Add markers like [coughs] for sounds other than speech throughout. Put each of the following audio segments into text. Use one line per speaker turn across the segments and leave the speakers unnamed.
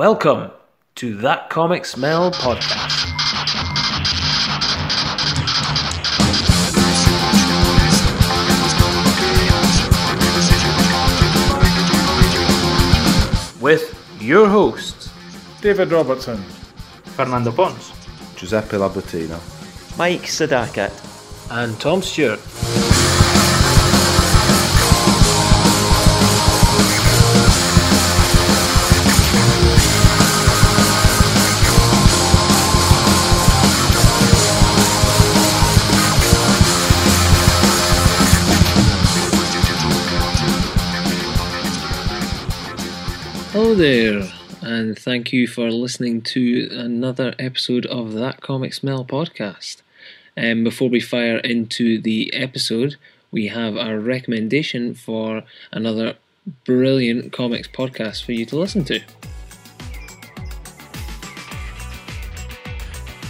Welcome to That Comic Smell podcast. With your hosts,
David Robertson.
Fernando Pons.
Giuseppe Labutina.
Mike Sadakat.
and Tom Stewart.
Hello there, and thank you for listening to another episode of That Comic Smell podcast. And Um, before we fire into the episode, we have our recommendation for another brilliant comics podcast for you to listen to.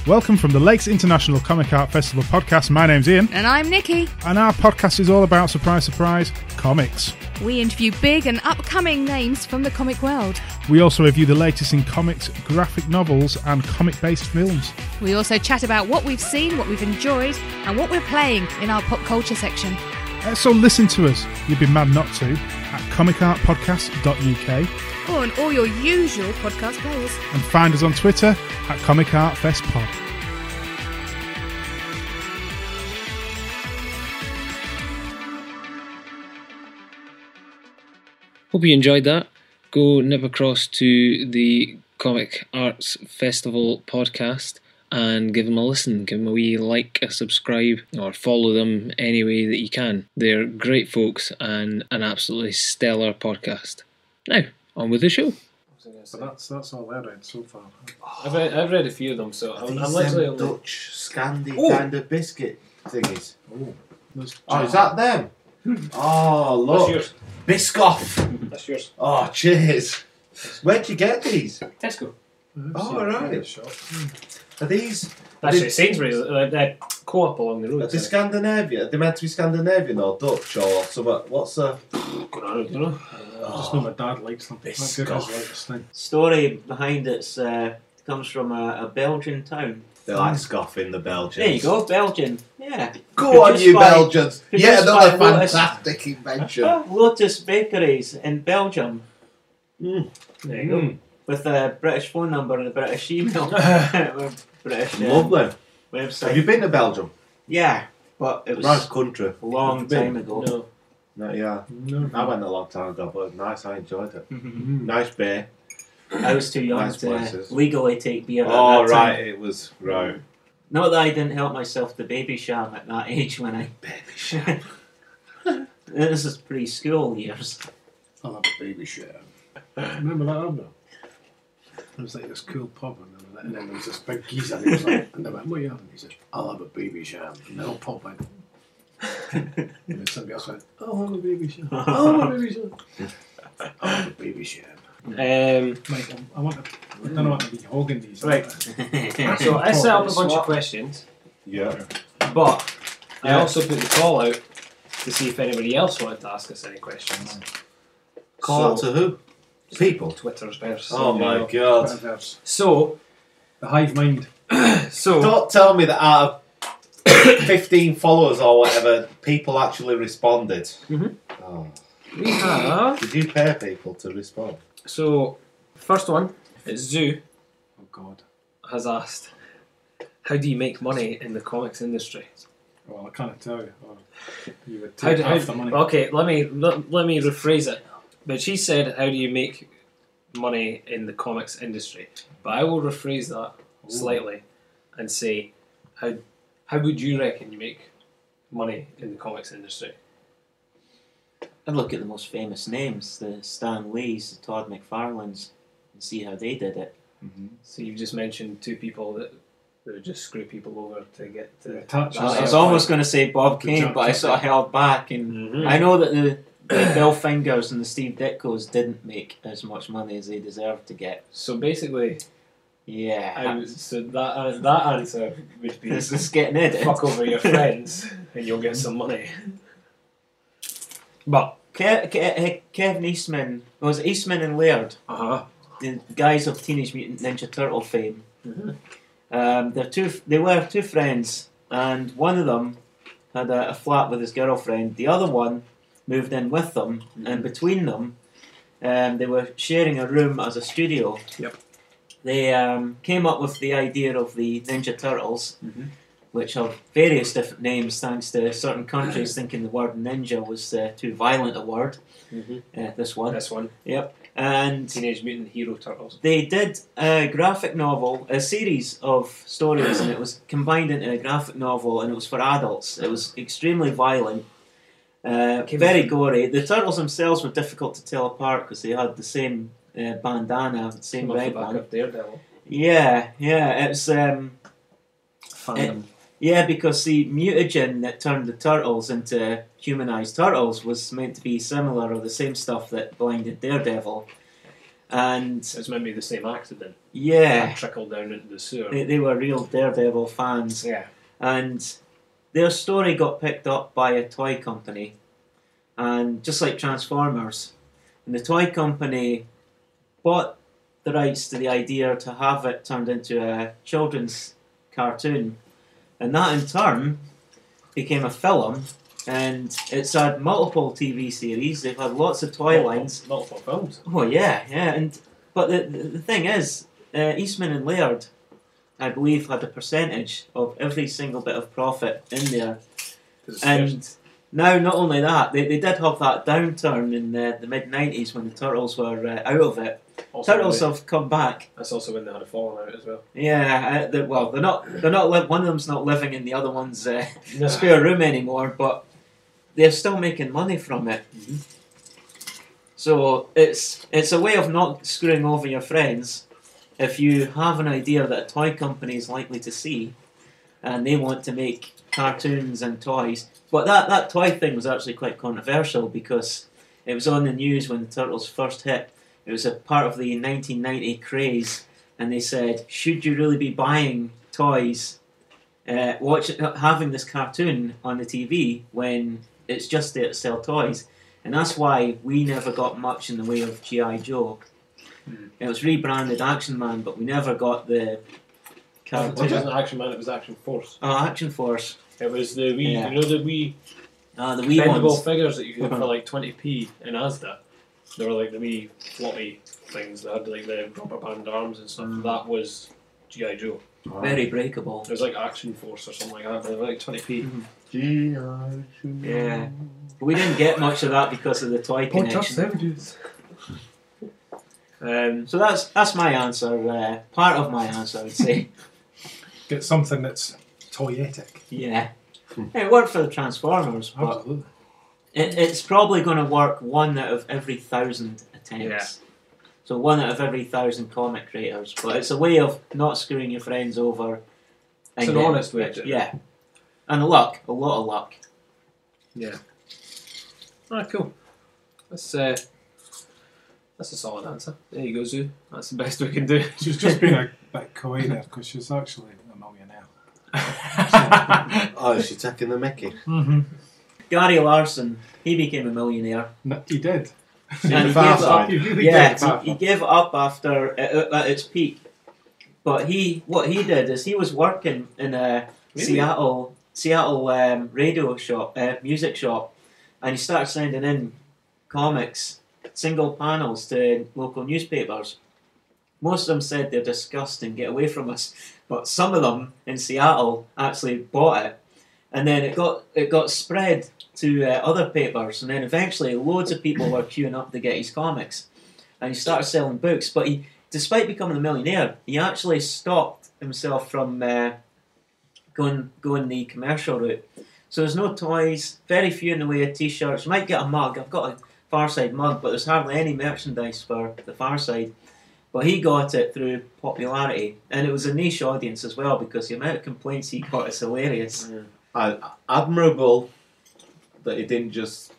Welcome from the Lakes International Comic Art Festival podcast. My name's Ian,
And I'm Nikki.
and our podcast is all about surprise, surprise, comics.
We interview big and upcoming names from the comic world.
We also review the latest in comics, graphic novels, and comic based films.
We also chat about what we've seen, what we've enjoyed, and what we're playing in our pop culture section.
Uh, So listen to us, you'd be mad not to, at comicartpodcast.uk
On all your usual podcast players.
and find us on Twitter at Comic Art Fest Pod.
Hope you enjoyed that. Go nip across to the Comic Arts Festival podcast and give them a listen. Give them a wee like, a subscribe, or follow them any way that you can. They're great folks and an absolutely stellar podcast. Now, on with the show.
That's, that's all there is so far.
I've read, I've read a few of them, so
These um, Dutch Scandi kind of biscuit thingies. Oh, is that them? Oh, look.
yours.
Biscoff.
That's yours.
Oh, cheers. Where'd you get these?
Tesco.
Oh, all right. Are these
Actually,
Did-
Sainsbury's, uh, they're co-op along the
are
road.
they Scandinavia? Are they meant to be Scandinavian or Dutch or something? What's the
Just know my dad likes them.
story behind it's uh, comes from a, a Belgian town.
they like scoff in the Belgians?
There you go, Belgian. Yeah.
Go on,
Produced
you
by-
Belgians.
produced
Yeah, another
by Lotus.
fantastic invention. [laughs]
Ah, Lotus Bakeries in Belgium
Hmm.
There you go.
with a British phone number and a British email,
[laughs]
[laughs] with British uh,
Lovely. Have
website.
you been to Belgium?
Yeah, but it was
Nice country.
a long
Have you been?
time ago.
No.
No, yeah. I went a long time ago, but it was nice. I enjoyed it. Nice beer.
I was too young
Nice
to
places.
legally take beer. at
Oh,
that
right,
Time.
it was right.
Not that I didn't help myself to baby sham at that age when I baby sham. [laughs] this is pre-school years.
[laughs]
I'll have a baby shower. Remember that album? It was like this cool pub, and then, and then there was this big geezer, and he was like, and they went, What are you having? He said, I'll have a baby shower. And the whole pub went, and then somebody else went, I'll have a baby shower. I'll have a baby shower. I'll have a baby shower.
Um,
Mike, I, I, want to, I don't know what to be hogging these.
Right. so I set up a bunch of questions,
Yeah.
but I
Yeah.
also put the call out to see if anybody else wanted to ask us any questions.
Call
So-
out to who? People.
Twitter's verse.
Oh
you
my
know.
god.
The
So,
hive mind.
so
Don't tell me that out of [coughs] 15 followers or whatever, people actually responded.
Mhm.
Oh.
we have.
Did you pay people to respond?
So, first one is Zoo
Oh God.
has asked, "How do you make money in the comics industry?"
Well, I can't tell you.
Oh,
Or you would
How
take
do,
half
how-
the money.
Okay, let me let, let me rephrase it. But she said, "How do you make money in the comics industry?" But I will rephrase that slightly and say, "How how would you reckon you make money in the comics industry?"
I'd look at the most famous names, the Stan Lees, the Todd McFarlanes, and see how they did it.
So you've just mentioned two people that that would just screw people over to get to.
Yeah, touch
That's
I was
it.
almost going to say Bob
Good
Kane,
job,
but I
Bob
sort of held back. And
Mhm.
I know that the, the [clears throat] Bill Fingers and the Steve Ditkos didn't make as much money as they deserved to get.
So basically, I
Yeah,
would, so that uh, that answer would be
[laughs] this is getting edited.
fuck over
[laughs]
your
[laughs]
friends and you'll get some money. But
Ke- Ke- Ke- Kevin Eastman was it Eastman and Laird.
uh-huh.
uh huh.
the guys of Teenage Mutant Ninja Turtle fame. Um, they're two. They were two friends, and one of them had a, a flat with his girlfriend. The other one moved in with them, and between them, um, they were sharing a room as a studio.
Yep.
They um, came up with the idea of the Ninja Turtles, which have various different names thanks to certain countries thinking the word ninja was uh, too violent a word.
Mhm.
Uh, this one.
This one,
And
Teenage Mutant Hero Turtles.
they did a graphic novel, a series of stories, and it was combined into a graphic novel, and it was for adults. It was extremely violent, uh,
Okay,
very
but-
gory. The turtles themselves were difficult to tell apart because they had the same uh, bandana, the same
Came off the
red
back
one.
of Daredevil.
Yeah, yeah, it's um,
Fandom.
yeah because the mutagen that turned the turtles into humanized turtles was meant to be similar or the same stuff that blinded Daredevil, and
It's maybe the same accident.
yeah.
Trickled down into the
They,
sewer.
they were real Daredevil fans,
Yeah.
and their story got picked up by a toy company, and just like Transformers, and the toy company bought the rights to the idea to have it turned into a children's cartoon, and that in turn became a film. And it's had multiple TV series. They've had lots of
Oh.
toy lines.
Multiple films.
Oh yeah, yeah, and but the the the thing is, uh, Eastman and Laird, I believe, had a percentage of every single bit of profit in there,
'Cause it's
and now not only that, they, they did have that downturn in uh, the, the mid '90s when the Turtles were uh, out of it.
first- also when
Turtles
they-
have come back.
That's also when they had a falling out as well.
Yeah, uh, they well, they're not. They're not. Li- one of them's not living in the other one's uh,
No.
[laughs] spare room anymore, but they're still making money from it. So it's it's a way of not screwing over your friends if you have an idea that a toy company is likely to see, and they want to make cartoons and toys. But that that toy thing was actually quite controversial because it was on the news when the turtles first hit. It was a part of the 1990 craze and they said, "Should you really be buying toys, uh, watch having this cartoon on the TV when it's just there to sell toys?" And that's why we never got much in the way of GI Joe. It was rebranded Action Man, but we never got the
It wasn't
cartoon.
Action Man, it was Action Force.
Oh, Action Force.
It was the wee,
Yeah.
you know, the wee
Ah, the wee
bendable
ones. Uh-huh.
figures that you could get for like 20p in Asda. They were like the wee floppy things that had like the rubber band arms and stuff.
Mm.
That was G.I. Joe.
Very breakable.
It was like Action Force or something like that. They were like 20p.
G.I. Joe.
Yeah. But we didn't get much of that because of the toy
Oh,
connection.
eh? sandwiches.
Mm-hmm.
Um,
So that's that's my answer. Uh, part of my answer, I would say.
[laughs]
Get something that's toyetic.
Yeah. It worked for the Transformers, but
Absolutely.
it, it's probably going to work one out of every thousand attempts. So one out of every thousand comic creators. But it's a way of not screwing your friends over.
It's an honest way to do it.
Yeah. And luck, a lot of luck.
Alright, cool. That's, uh, that's a solid answer. There you go, Zoo. That's the best we can do.
She's just been a bit coy there because she's actually a millionaire.
[laughs]
[laughs]
Oh, she's taking the mickey.
Mm-hmm.
Gary Larson, he became a millionaire.
No, he did.
See
And
the
he
far
gave up.
side.
[laughs] He really
yeah,
did.
he, he gave up after uh, at, at its peak. But he, what he did is he was working in a
Really?
Seattle Seattle um, radio shop, uh, music shop, and he started sending in comics, single panels to local newspapers. Most of them said they're disgusting, get away from us. But some of them in Seattle actually bought it, and then it got it got spread to uh, other papers, and then eventually loads of people were queuing up to get his comics, and he started selling books. But he, despite becoming a millionaire, he actually stopped himself from uh, going going the commercial route. So there's no toys, very few in the way of t-shirts. You might get a mug. I've got a Farside mug, but there's hardly any merchandise for the Farside. But he got it through popularity, and it was a niche audience as well because the amount of complaints he got is hilarious.
Uh, admirable that he didn't just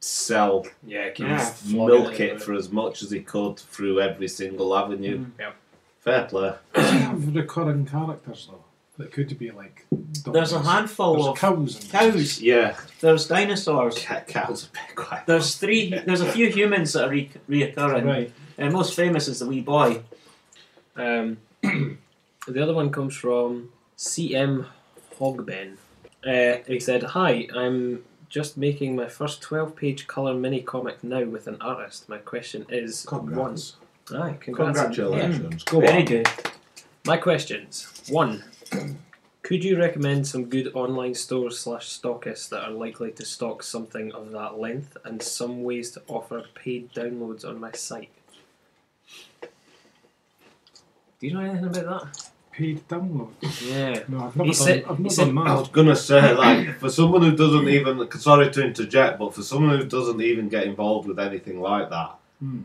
sell
yeah, keep
Yeah.
flogging
milk
anyway.
it for as much as he could through every single avenue.
Mm.
Yep.
Fair play.
have recurring characters though. That could be like.
There's a
dogs.
handful
There's
of
cows. And
cows.
Yeah,
There's dinosaurs.
cat cows are big. quite-
There's three. There's a few humans that are re- reoccurring,
Right.
And most famous is the wee boy.
Um, [clears throat] the other one comes from CM Hogben. Uh, he said, Hi, I'm just making my first 12 page colour mini comic now with an artist. My question is one.
Congrats.
Aye, congrats.
Congratulations. Go
Very
on.
good.
My questions. One. [clears throat] Could you recommend some good online stores slash stockists that are likely to stock something of that length and some ways to offer paid downloads on my site? Do you know anything about
Paid download.
that? Yeah.
No, I've not
He
done,
said-
I've
he
not
said-
done
I
mine.
was gonna say, like, for someone who doesn't even sorry to interject, but for someone who doesn't even get involved with anything like that,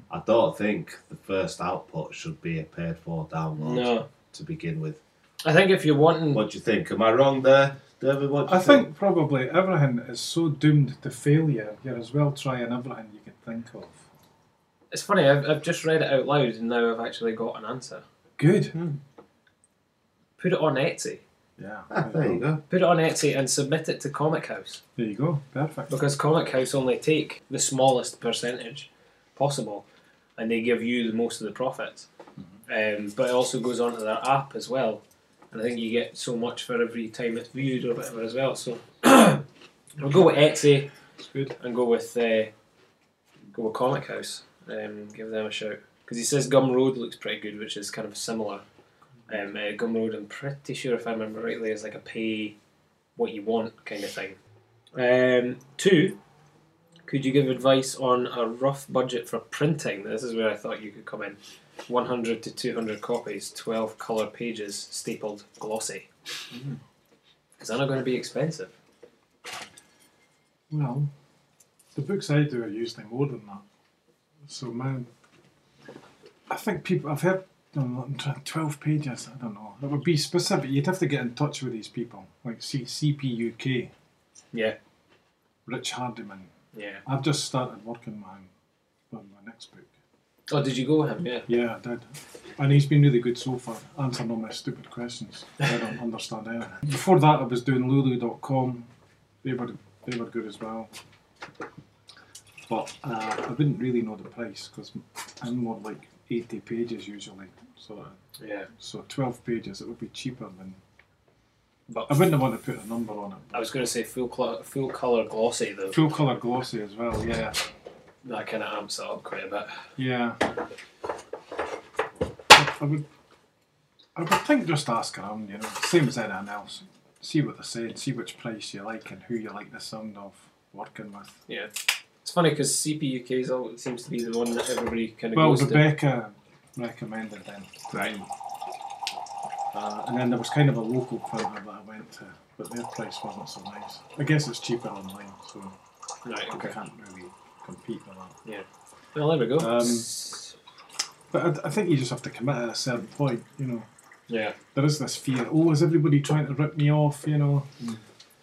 I don't think the first output should be a paid for download
No.
to begin with.
I think if you're wanting
What do you think? Am I wrong there, David? What do
I
you
think probably everything is so doomed to failure, you're as well trying everything you can think of.
It's funny, I've, I've just read it out loud and now I've actually got an answer.
Good.
Hmm.
Put it on Etsy.
Yeah.
Ah, there you go.
Put it on Etsy and submit it to Comic House
There you go. Perfect.
because Comic House only take the smallest percentage possible and they give you the most of the profits. Um, but it also goes onto their app as well. And I think you get so much for every time it's viewed or whatever as well. So [coughs] I'll go with Etsy
good.
and go with uh, go with Comic House. Um, give them a shout because he says Gum Road looks pretty good, which is kind of similar. Um, uh, Gum Road, I'm pretty sure if I remember rightly, is like a pay what you want kind of thing. Um, two, could you give advice on a rough budget for printing? This is where I thought you could come in. 100 to 200 copies, 12 colour pages, stapled, glossy.
Mm.
Is that not going to be expensive?
Well, the books I do are usually more than that. So man, I think people I've heard I'm not- I'm trying- twelve pages. I don't know. That would be specific. You'd have to get in touch with these people, like C- CPUK,
Yeah,
Rich Hardiman.
yeah.
I've just started working on on my next book.
Oh, did you go with him? Yeah.
Yeah, I did. And he's been really good so far, answering all my stupid questions. I don't [laughs] understand anything. Before that, I was doing Lulu.com. They were, they were good as well. But uh, I wouldn't really know the price because I'm more like 80 pages usually. So,
Yeah.
so 12 pages, it would be cheaper than.
But
I wouldn't want to put a number on it.
I was going to say full cl- full color glossy though.
Full colour glossy as well, yeah.
That kind of amps it up quite a bit.
Yeah. I, I would. I would think just ask around, you know, same as anything else. See what they said, see which price you like and who you like the sound of working with.
Yeah. It's funny because CPUK is all, seems to be the one that everybody kind of
Well,
goes to.
Rebecca recommended them. Right. Uh, and then there was kind of a local printer that I went to, but their price wasn't so nice. I guess it's cheaper online, so
Right.
I
Okay.
can't really compete with that.
Well, there we go.
Um, But I, I think you just have to commit at a certain point, you know.
yeah.
there is this fear. Oh, is everybody trying to rip me off? You know,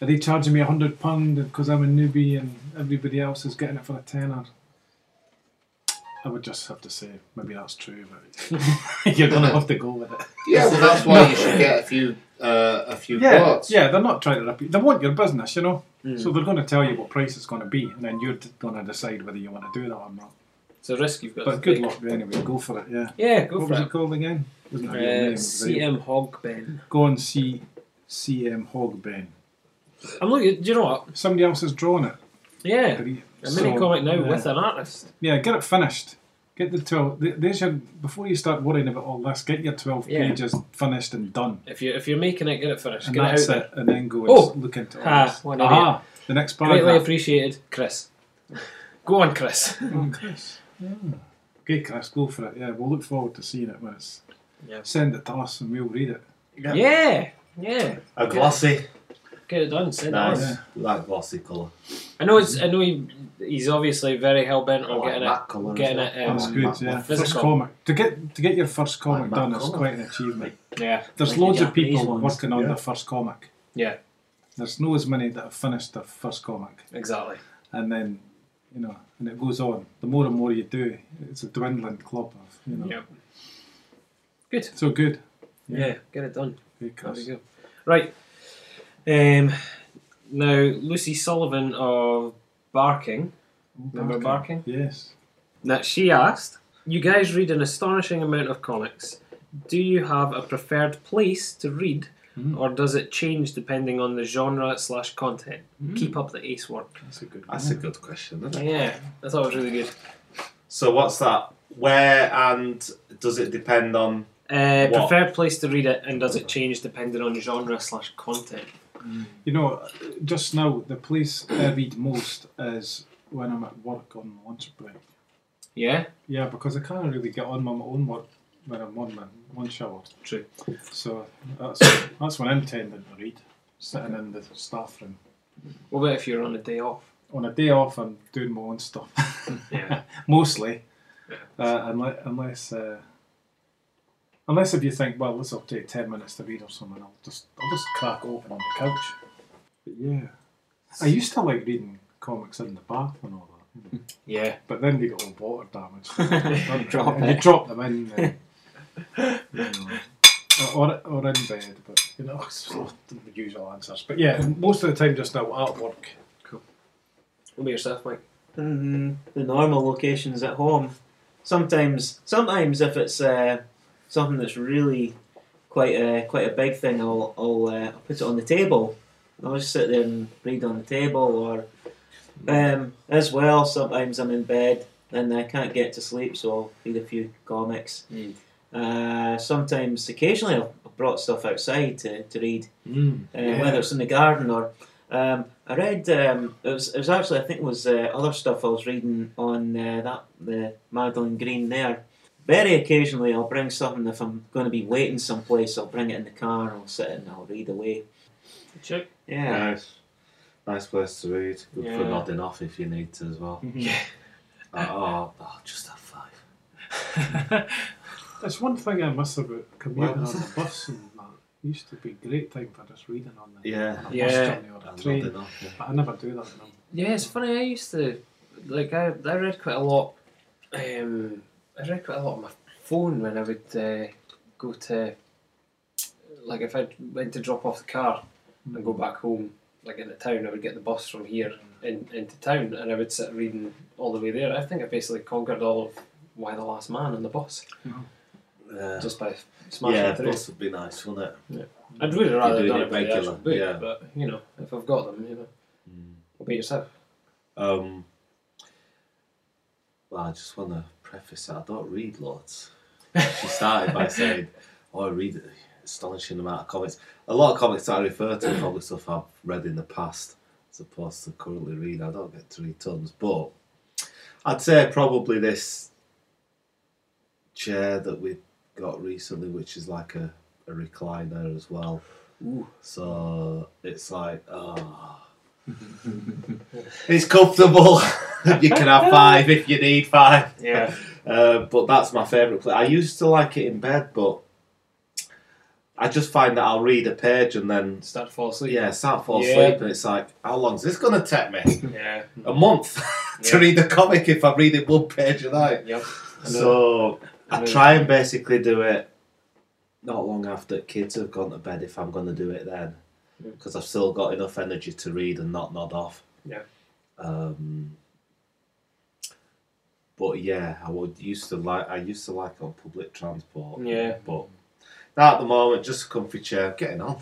are they charging me a hundred pound because I'm a newbie and everybody else is getting it for a tenner? I would just have to say maybe that's true, but [laughs] you're gonna have to go with it.
Yeah, well, that's why you should get a few, uh, a few
Yeah,
quotes.
yeah, they're not trying to rip you. They want your business, you know. So they're going to tell you what price it's going to be, and then you're going to decide whether you want to do that or not.
It's a risk you've got.
But
to
good
take.
luck anyway. Go for it. Yeah.
Yeah, go
what
for
was
it.
it called again? Wasn't it a real name, it
Uh,
was a real-
CM Hogben.
Go and see CM Hogben.
I'm looking. Do you know what?
Somebody else has drawn it.
Yeah.
Great.
A mini
So,
comic now
yeah.
with an artist.
Yeah, get it finished. Get the twelve. th- There's your before you start worrying about all this. Get your twelve
Yeah.
pages finished and done,
If you if you're making it, get it finished.
and
get it out
that's
there.
it. And then go and
Oh!
s- look into all
Ha,
this.
what an
Ah, the next
Greatly
paragraph.
appreciated, Chris. go on, Chris.
Oh, Chris. Yeah. Okay, Chris, go for it. Yeah, we'll look forward to seeing it when it's.
Yeah.
Send it to us and we'll read it.
yeah. Yeah.
A glossy.
Get it done. Send it on.
Nice. Like glossy colour.
I know. It's, I know. He, he's obviously very hell bent on
Oh, I like
getting it.
that colour. as
Getting
well.
it.
That's
Um,
Like
good.
that
Yeah,
one.
first
Physical.
comic to get to get your first comic
Like
done
that
is
colour.
quite an achievement.
yeah.
There's
Like the
loads of
Japanese
people
ones.
working on
Yeah.
their first comic.
Yeah.
There's no as many that have finished their first comic.
Exactly.
and then you know, and it goes on. The more and more you do, it's a dwindling club of you know.
Yep. Good.
So good.
Yeah. Get it done.
Good,
There we
Chris.
go. Right. Um. Now Lucy Sullivan of Barking. Remember Barking?
Yes.
Now she asked,
you guys read an astonishing amount of comics. Do you have a preferred place to read, or does it change depending on the genre slash content? Keep up the ace work.
That's a good.
That's a good question. Isn't it?
Oh, Yeah, I thought it was really good.
So what's that? Where and does it depend on?
Uh,
what?
preferred place to read it, and does it change depending on genre slash content?
You know, just now the place I read most is when I'm at work on lunch break.
Yeah.
Yeah, because I can't really get on my own work when I'm on my lunch hour.
True.
So that's that's when I'm tending to read, sitting in the staff room.
What about if you're on a day off?
On a day off, I'm doing my own stuff.
Yeah.
[laughs] Mostly, uh, unless unless. Uh, Unless if you think, well, this will take ten minutes to read or something, I'll just I'll just crack open on the couch. But yeah, I used to like reading comics in the bath and all that, you know,
Yeah.
but then they got all water
[laughs]
damaged.
Drop
and
it.
you drop them in, uh, you know, or, or in bed, but you know, it's not the usual answers. But yeah, most of the time just now at work.
What about yourself, Mike?
Mm, the normal locations at home. Sometimes, sometimes if it's uh, something that's really quite a quite a big thing, I'll I'll, uh, I'll put it on the table. And I'll just sit there and read on the table, or um, as well. Sometimes I'm in bed and I can't get to sleep, so I'll read a few comics.
Mm.
Uh, sometimes, occasionally, I've I've brought stuff outside to, to read
Mm,
uh, whether it's in the garden or. Um, I read um, it, was, it was actually I think it was uh, other stuff I was reading on uh, that the Magdalene Green there. Very occasionally I'll bring something if I'm going to be waiting someplace. I'll bring it in the car. I'll sit and I'll read away.
Check.
Yeah,
Nice, nice place to read. Good for
Yeah.
nodding off if you need to as [laughs] well.
Yeah.
Uh, oh, oh, just have five.
That's one thing I miss about commuting
Well-
on the bus and that. It used to be great time for just reading on the
Yeah.
on a bus
Yeah.
journey or a
And
train,
nodding off. Yeah.
but I never do that now.
Yeah, it's funny. I used to like I, I read quite a lot. Um, I read quite a lot on my phone when I would uh, go to like if I went to drop off the car and
Mm.
go back home like into town. I would get the bus from here in, into town and I would sit reading all the way there. I think I basically conquered all of Why the Last Man on the bus
Yeah.
just by smashing
Yeah,
through.
bus would be nice, wouldn't it?
I'd really rather
doing
done
it
it by the
regular,
actual book,
yeah. Mm.
but you know if I've got them, you know. What about yourself?
Um, well, I just want to preface it. I don't read lots. She started by saying, "Oh, I read an astonishing amount of comics. A lot of comics that I refer to, are probably stuff I've read in the past, as opposed to currently read. I don't get to read tons, but I'd say probably this chair that we got recently, which is like a, a recliner as well. So it's like, oh, it's comfortable. [laughs] you can have five if you need five.
Yeah.
Uh, but that's my favourite place. I used to like it in bed, but I just find that I'll read a page and then
[laughs] Start to fall asleep.
yeah, start fall
Yeah.
asleep, and it's like, how long's this gonna take me?
[laughs] Yeah.
a month [laughs] to
Yeah.
read a comic if I'm reading one page a night.
Yep.
So
I
I
know.
try and basically do it not long after kids have gone to bed if I'm going to do it then,
Mm.
because I've still got enough energy to read and not nod off.
Yeah.
Um, but yeah, I would used to like I used to like on public transport.
Yeah.
But now at the moment, just a comfy chair, getting
[laughs]
on.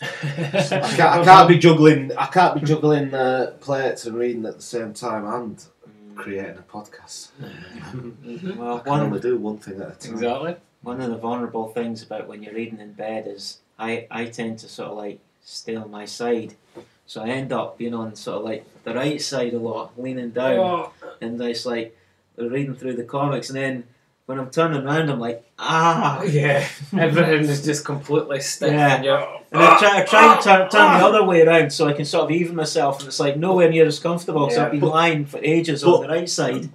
I can't, I can't be juggling. I can't be juggling uh, plates and reading at the same time and
Mm.
creating a podcast. I
well,
can
one
only do one thing at a time.
Exactly.
one of the vulnerable things about when you're reading in bed is I I tend to sort of like stay on my side, so I end up being on sort of like the right side a lot, leaning down.
Um,
and it's like reading through the comics, and then when I'm turning around, I'm like, ah.
Oh, yeah. [laughs] Everything is just completely stiff.
Yeah.
And you're,
And I try, I try and turn, turn
Ah!
the other way around so I can sort of even myself, and it's like nowhere near as comfortable. So
Yeah.
I've been
But-
lying for ages
but-
on the right side.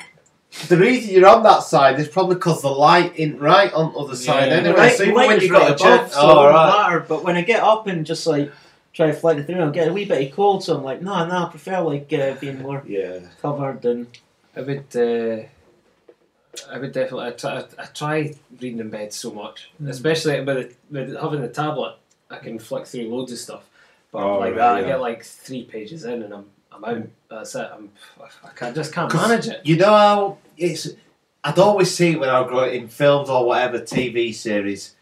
The reason you're on that side is probably because the light isn't right on the other side
Yeah.
anyway.
right,
so even
light
when
is
you got
right
a Oh, chance,
above, so it doesn't matter. But when I get up and just like try flighting through, I'm getting a wee bit of cold, so I'm like, no, no, I prefer like uh, being more
Yeah.
covered and
I would. Uh, I would definitely. I try, I try reading in bed so much,
Mm.
especially with, with having the tablet. I can flick through loads of stuff, but
Oh,
like
right,
that, I
yeah.
get like three pages in and I'm I'm out. That's it. I'm, I can't, just can't manage it.
You know how it's. I'd always see it when I was growing in films or whatever, TV series,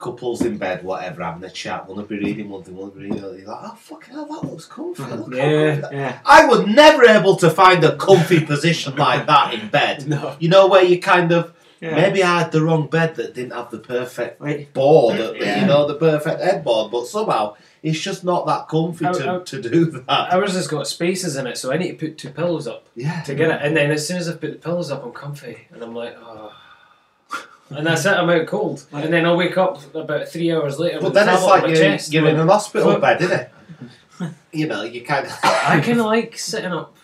couples in bed, whatever, having a chat, one would be reading one thing, one would be reading another. You're like, oh, fucking hell, that looks comfy. Look how
Yeah,
comfy that-" I was never able to find a comfy position like that in bed. You know, where you kind of.
Yeah.
Maybe I had the wrong bed that didn't have the perfect board, uh, you know, the perfect headboard, but somehow it's just not that comfy
How-
to,
how-
to do that.
Ours has got spaces in it, so I need to put two pillows up
Yeah.
to get it. And then as soon as I put the pillows up, I'm comfy, and I'm like, oh. And that's it. I'm out cold, and then I will wake up about three hours later.
But
with
then
the
it's
tablet on
like
my
you're,
chest.
you're in an hospital
Fuck.
bed, isn't
[laughs]
it? You know, you kind of.
I kind of like sitting up,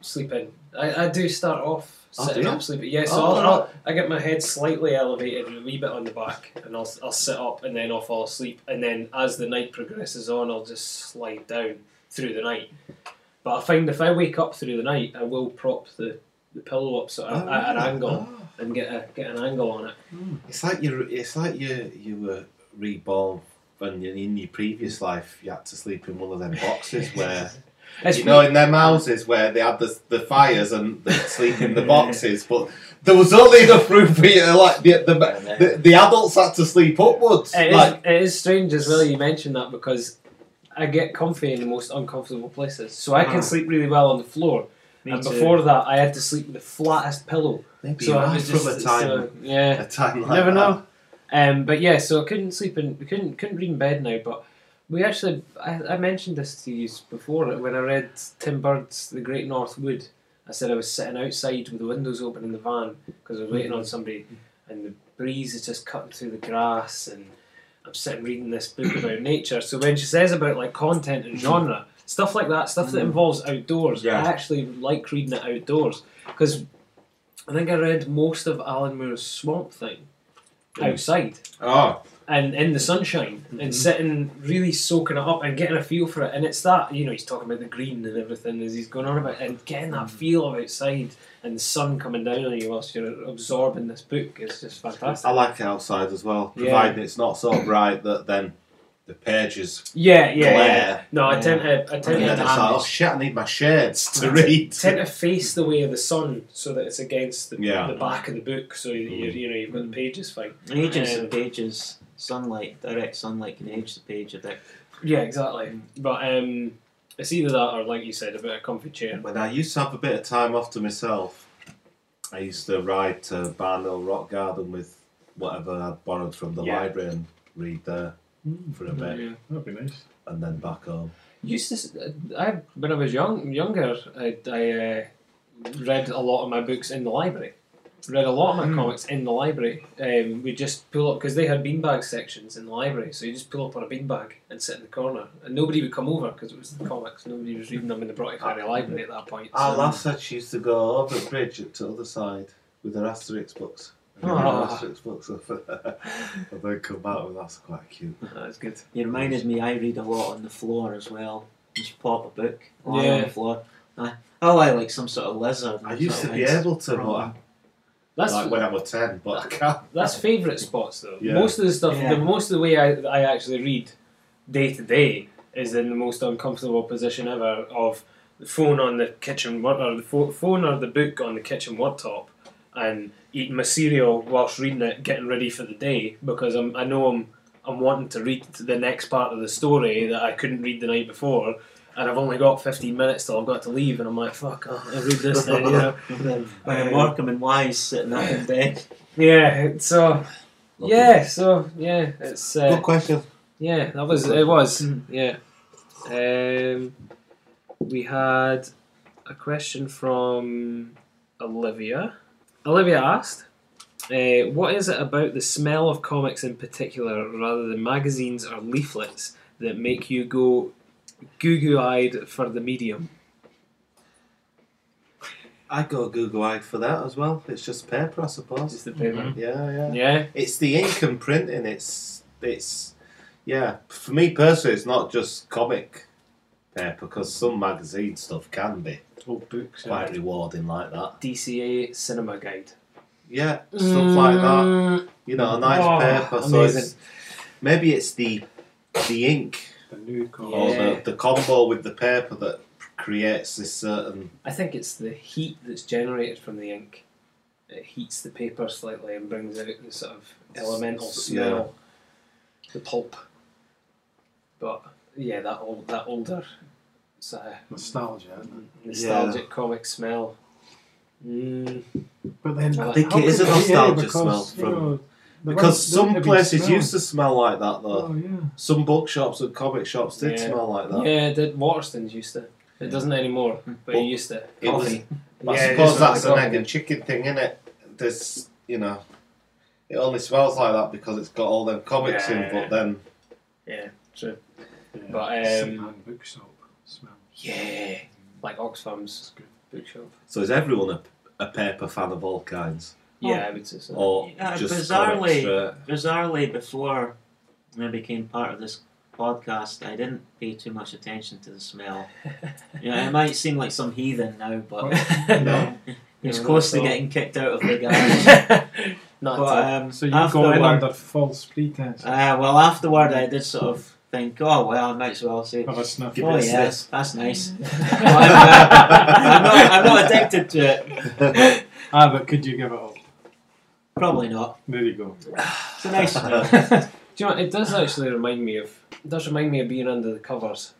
sleeping. I, I do start off
Oh,
sitting
do you?
up, sleeping. Yeah, so
Oh,
I'll,
right.
I'll, I get my head slightly elevated and a wee bit on the back, and I'll, I'll sit up and then I'll fall asleep. And then as the night progresses on, I'll just slide down through the night. But I find if I wake up through the night, I will prop the, the pillow up so at,
Oh,
at
right.
an angle and get a get an angle on it.
[gasps] It's like you. It's like you. You were reborn when you, in your previous life you had to sleep in one of them
[laughs]
boxes where.
It's
you know,
weird.
in them houses where they had the, the fires and
[laughs]
they sleep in the boxes, but there was only enough room for you. to, Like the the, the, the adults had to sleep upwards.
It is,
like
it is strange as well you mentioned that because I get comfy in the most uncomfortable places. So I can
Ah.
Mhm.
sleep really well on the floor.
Me
and
too.
before that, I had to sleep with the flattest pillow.
Maybe
so
you
I
are
was
from
just
a time-
so, yeah,
a time
You
like
never
that.
know. Um, but yeah, so I couldn't sleep in, we couldn't couldn't read in bed now. But we actually, I, I mentioned this to you before when I read Tim Bird's The Great North Wood. I said I was sitting outside with the windows open in the van because I was waiting on somebody, and the breeze is just cutting through the grass, and I'm sitting reading this book about nature. So when she says about like content and genre, stuff like that, stuff that involves outdoors, I actually like reading it outdoors because I think I read most of Alan Moore's Swamp Thing outside
Oh,
and in the sunshine and sitting really soaking it up and getting a feel for it and it's that you know he's talking about the green and everything as he's going on about it and getting that feel of outside and the sun coming down on you whilst you're absorbing this book is just fantastic
I like it outside as well,
Yeah.
providing it's not so bright that then the pages.
yeah yeah, yeah.
glare.
no I tend to I
And
tend
then it's
to
like, oh shit, I need my shades to read.
tend to face the way of the sun so that it's against the,
Yeah. Mm.
the back of the book so you you you know you've got the pages fine
Ages
Um,
and pages. Sunlight, direct sunlight can age the page a bit.
yeah exactly but um it's either that or like you said about a comfy chair
[laughs] When I used to have a bit of time off to myself, I used to ride to Barnhill Rock Garden with whatever I'd borrowed from the
Yeah.
library and read there for a bit
Yeah.
That'd be nice.
and then back home.
Used to, s- I when I was young, younger, I, I uh, read a lot of my books in the library. Read a lot of my comics in the library. Um, we just pull up because they had beanbag sections in the library, so you just pull up on a beanbag and sit in the corner, and nobody would come over because it was the comics. Nobody was reading them in the Brotticari Library at that point.
Our
so-
last said she used to go over the bridge to the other side with her Asterix books. And
Oh.
her Asterix books [laughs] up there. and then come out and that's quite cute.
That's good.
You reminded me I read a lot on the floor as well. Just pop a book lie on
Yeah.
the floor. I, oh, I lie like some sort of lizard.
I used to be able to, but I,
That's
like when I was 10, but I can't.
That's favourite spots though.
Yeah.
Most of the stuff,
Yeah.
the most of the way I, I actually read day to day is in the most uncomfortable position ever of the phone on the kitchen wa- or the pho- phone or the book on the kitchen worktop and eating my cereal whilst reading it, getting ready for the day because I'm, I know I'm I'm wanting to read the next part of the story that I couldn't read the night before. And I've only got 15 minutes till I've got to leave, and I'm like, fuck, I'll I'll read
[laughs]
this then, you
[laughs]
know?
Like Markham and Wise sitting up in bed.
Yeah, so, yeah, so, yeah, it's. Uh,
Good question.
Yeah, that was it. Was yeah. Um, we had a question from Olivia. Olivia asked, uh, "What is it about the smell of comics in particular, rather than magazines or leaflets, that make you go goo-goo-eyed for the medium?"
I go Google eyed for that as well. It's just paper, I suppose.
It's the paper.
yeah, yeah,
Yeah,
It's the ink and printing. It's it's yeah. For me personally, it's not just comic paper because some magazine stuff can be
Old books.
quite rewarding like that.
DCA Cinema Guide.
Yeah, stuff like that. You know, a nice
Oh,
paper. So
amazing.
it's, maybe it's the the ink
The new comic.
or
Yeah.
the, the combo with the paper that creates this certain
I think it's the heat that's generated from the ink. it heats the paper slightly and brings out the sort of
S-
elemental
s-
smell, the pulp. But yeah, that old that older sort of
Nostalgia, isn't it?
nostalgic comic smell. Mm.
But then
I think it is a nostalgia smell from because some places used to smell like that though.
Oh, yeah.
Some bookshops and comic shops did
Yeah.
smell like that.
Yeah, the Waterstones used to. It doesn't anymore,
Hmm.
but it used to.
[laughs] It was,
Coffee.
I
Yeah, it
suppose
is like
that's an
coffee.
egg and chicken thing, is it? There's you know, it only smells like that because it's got all them comics
Yeah.
in. But then
Yeah, true.
Yeah.
But um,
Secondhand bookshop smell.
yeah, like Oxfam's bookshop.
so is everyone a, a paper fan of all kinds?
Yeah, I would say so.
Or
Yeah,
just comics
bizarrely,
straight?
bizarrely, before I became part of this podcast, I didn't pay too much attention to the smell. yeah, it might seem like some heathen now, but
[laughs]
No.
[laughs] it's
No,
close
not
to
at all.
getting kicked out of the garage.
Not
uh,
but,
at all.
um,
So you go
afterward,
in under false pretense.
uh, well, afterward, I did sort of think, oh well, I might as well say,
Have a sniff.
oh
it a
yes, that's nice. But, uh, I'm, not, I'm not addicted to it.
Ah, but could you give it up?
Probably not.
There
[sighs]
you go.
It's a nice smell.
Do you know what, it does actually remind me of it does remind me of being under the covers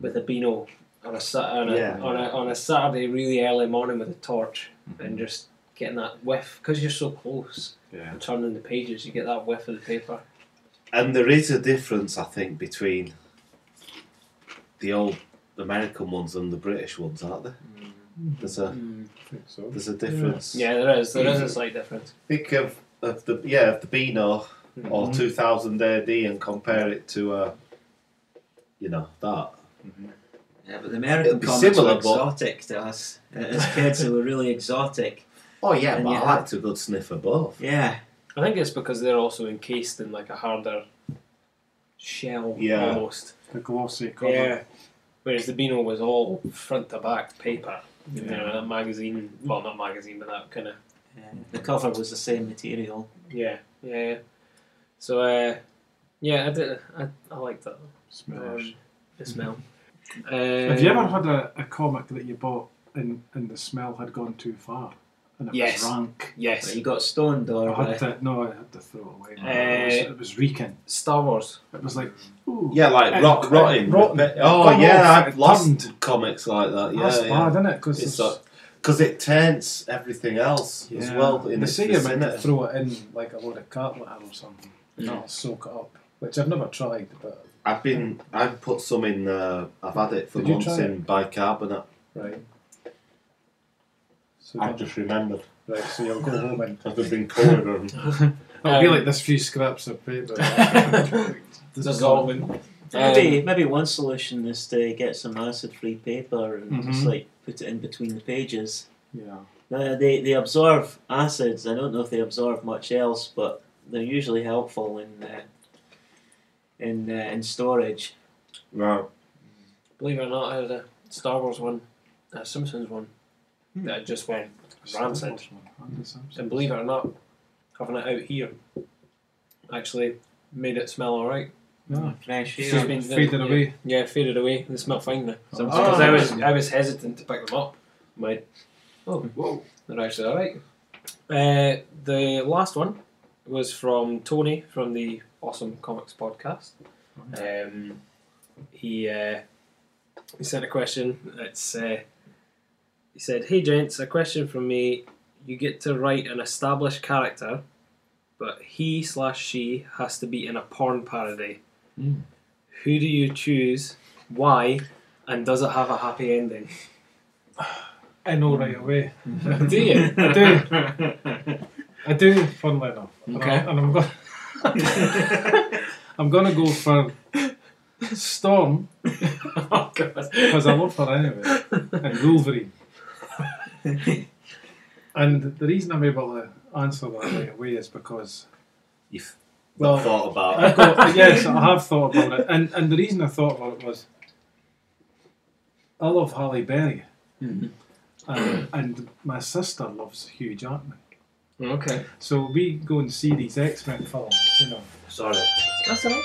with a beano on a Sat- on a,
Yeah.
on a on a Saturday really early morning with a torch and just getting that whiff because you're so close
Yeah.
and turning the pages you get that whiff of the paper.
And there is a difference, I think, between the old American ones and the British ones, aren't there? There's a
I think so.
there's a difference.
Mm. Yeah, there is there is a slight difference.
Think of, of the yeah of the Beano or 2000 AD and compare it to uh, you know that.
Yeah, but the
It'd
American
be
comics
similar,
were
but-
exotic to us. [laughs] As kids, they were really exotic.
Oh yeah,
And
but
you
I
have-
liked a good sniff of both.
Yeah.
I think it's because they're also encased in like a harder shell
Yeah.
almost.
The glossy cover.
Yeah. Whereas the Beano was all front to back paper. You know, that magazine, well, not magazine, but that kind of.
yeah. The cover was the same material.
Yeah, yeah, yeah. So, uh, yeah, I, did, I, I like that.
Smellers.
Um, the
[laughs]
smell.
Have you ever
Um,
had a, a comic that you bought and, and the smell had gone too far? And it
Yes.
was rank.
But
Yes.
you got stoned or
I
uh,
had to, no, I had to throw it away.
Eh.
it, was, it was reeking.
Star Wars.
It was like, ooh.
Uh, Yeah, like
And-
rock rotting.
and rotten.
But- Oh
Gone
yeah,
off,
I've
it
lost
turned.
comics like that. Yeah,
That's
yeah.
bad, isn't it?
It's
Because
because it taints everything else as well. In
they
its
say you're meant to
vicinity.
throw it in like a load of cartlet or something. and That'll soak it up, which I've never tried. But
I've been. I've put some in. Uh, I've had it for
Did you
months
try
in bicarbonate.
right. So
I've
that-
just remembered.
right, so you'll go home and
I've been covered. in-
it'll
Um,
be like this few scraps of [laughs] paper. This is all-
Dissolving.
maybe maybe one solution is to get some acid-free paper and just
Mhm.
like put it in between the pages.
Yeah.
Uh, they they absorb acids. I don't know if they absorb much else, but they're usually helpful in uh, in uh, in storage.
[laughs] Right.
Believe it or not, I had a Star Wars one, a Simpsons one,
Hmm.
that just went rancid. And believe it or not, having it out here actually made it smell alright.
Oh,
Yeah.
Fresh
It's
air.
just been-
Faded um, away.
Yeah, faded away. They smell fine now. Because
Oh.
I was I was hesitant to pick them up. Went, oh,
Whoa.
they're actually all right. Uh, the last one was from Tony from the Awesome Comics podcast. Um, he uh, he sent a question. It's uh, he said, "Hey gents, a question from me. You get to write an established character, but he slash she has to be in a porn parody. Who do you choose? Why? And does it have a happy ending? [laughs]
I know right away.
do you?
I do. I do, funnily enough. And
Okay.
I- And I'm going. I'm going to go for Storm
oh God!
because I love her anyway, and Wolverine. and the reason I'm able to answer that right away is because
You've
well,
thought about.
I've
It.
got, yes, I have thought about it, and and the reason I thought about it was I love Halle Berry, and, and my sister loves Hugh Jackman.
Okay,
So we go and see these X Men films, you know.
Sorry.
that's all right.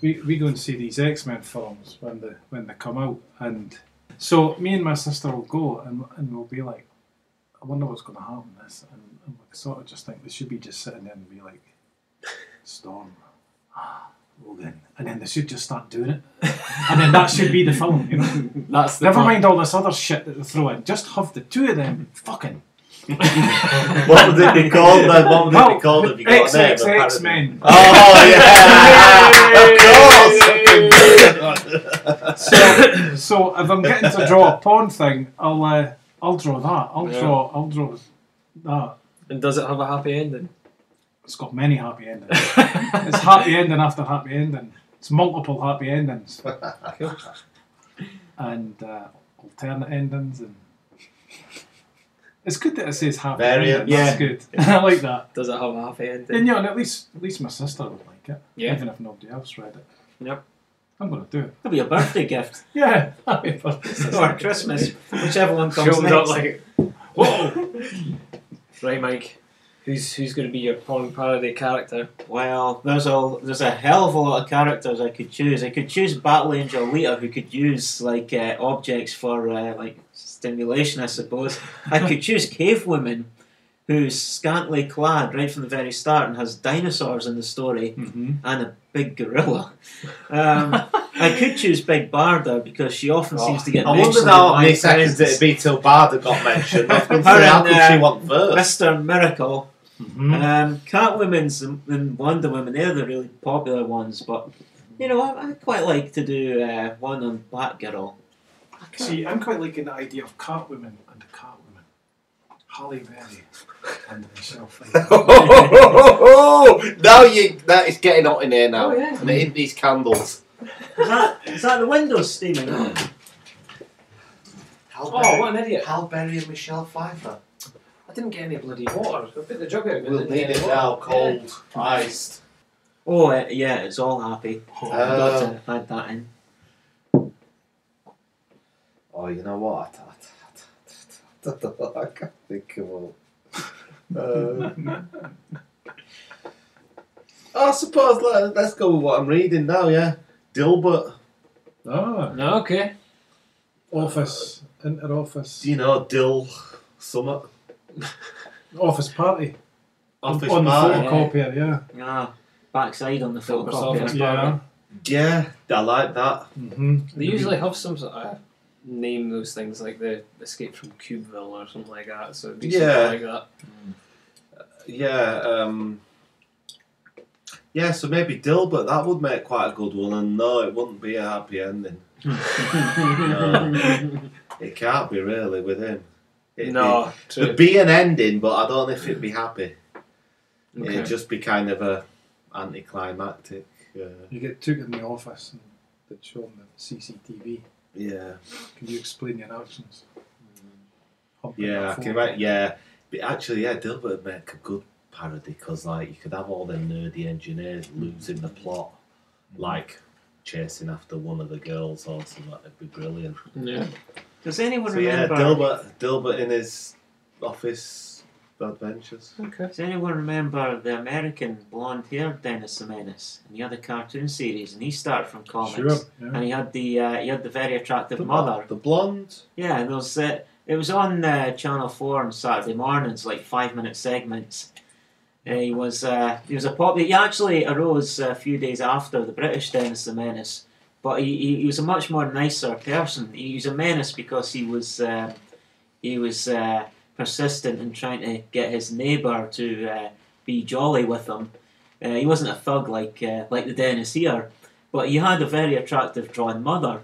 We, we go and see these X Men films when they when they come out, and so me and my sister will go and, and we'll be like, I wonder what's going to happen to this. And, and I sort of just think they should be just sitting there and be like,
[sighs]
Storm, Logan. And then they should just start doing it. And then that should be the film, you know?
[laughs] That's the
Never
part.
mind all this other shit that they throw in. Just have the two of them fucking.
What would it be called then? What would it be called if you got a
Oh, X,
name,
X,
apparently?
X Men. Uh,
Oh, yeah.
of course. so, so if I'm getting to draw
[laughs]
a porn thing, I'll uh, I'll draw that. I'll
Yeah.
draw I'll draw that.
And does it have a happy ending?
It's got many
[laughs]
happy endings. it's happy ending after happy ending. It's multiple happy
[laughs]
endings. and uh, alternate endings and. It's good that it says happy
Variant.
ending.
Yeah.
That's good. [laughs] I like that.
Does it have a happy ending? [laughs]
And yeah, and at least at least my sister would like it.
Yeah.
Even if nobody else read it.
Yep.
I'm gonna do it.
It'll be a birthday [laughs] gift.
Yeah. [laughs] Happy birthday, sister.
or Christmas, whichever one comes
Sure, we don't
next.
like it. Whoa! right, Mike. Who's who's going to be your porn parody character?
Well, there's a there's a hell of a lot of characters I could choose. I could choose Battle Angel Lita, who could use like uh, objects for uh, like stimulation,
[laughs]
I suppose. I could choose Cave Woman, who's scantily clad right from the very start and has dinosaurs in the story
Mm-hmm.
Mhm.
and a big gorilla. Um, I could choose Big Barda because she often seems to get.
Oh, I
mentioned
wonder
in
now how
my
many seconds
friends.
it'd be till Barda got mentioned. I was going to
Her
say, how
and,
could
uh,
she want first?
Mr. Miracle.
Mm-hmm.
Um, Catwoman's and- and Wonder Woman, they're the really popular ones, but you know, I, I quite like to do uh, one on Batgirl.
See, I'm quite liking the idea of Catwoman and the Catwoman. Holly Berry and Michelle Pfeiffer.
[laughs]
now you that is getting hot in here now.
Oh, yeah.
And in these candles.
Is that, is that the window steaming?
[coughs]
Hal
Oh, what an idiot!
Hal Berry and Michelle Pfeiffer.
I didn't get any bloody water. I put the jug out.
We'll need it now, cold, iced.
oh, uh, yeah, it's all happy. Oh, I forgot to add that in.
Oh, you know what? I, I, I, I, I can't think of all. Uh, [laughs] I Eh. Ah, suppose let, let's go with what I'm reading now, yeah? Dilbert.
[laughs] Ah,
No, okay.
office, inter office,
Do you know Dill Summit?
office party.
Office
on
party.
the photocopier, yeah.
Ah, backside on the
Office
photocopier.
Yeah.
party.
Yeah, I like that.
Mm-hmm.
They usually have some sort of name those things like the Escape from Cubeville or something like that. So it'd be
Yeah.
something like that.
Yeah, um, yeah. So maybe Dilbert that would make quite a good one, and no, it wouldn't be a happy
[laughs]
ending. No. it can't be really with him. It'd
no,
be, it'd
true.
be an ending, but I don't know if it'd be happy.
Okay.
It'd just be kind of a anticlimactic. Uh,
You get took in the office and they show them the CCTV.
yeah,
Can you explain your actions? Humping
yeah.
that
I can
photo.
imagine, yeah, but actually, yeah, Dilbert would make a good parody because like you could have all the nerdy engineers losing the plot, like chasing after one of the girls or something. That'd be brilliant.
Yeah.
Does anyone
So yeah,
remember?
Dilbert, Dilbert in his office adventures.
Okay.
Does anyone remember the American blonde-haired Dennis the Menace in the other cartoon series? And he started from comics,
Sure, yeah.
and he had the uh, he had the very attractive
The
mother.
The blonde.
Yeah, and those uh, it was on uh, Channel Four on Saturday mornings, like five minute segments. Uh, he was uh, he was a pop. He actually arose a few days after the British Dennis the Menace, but he, he, he was a much more nicer person. He was a menace because he was uh, he was uh, persistent in trying to get his neighbour to uh, be jolly with him. Uh, he wasn't a thug like uh, like the Dennis here, but he had a very attractive drawn mother.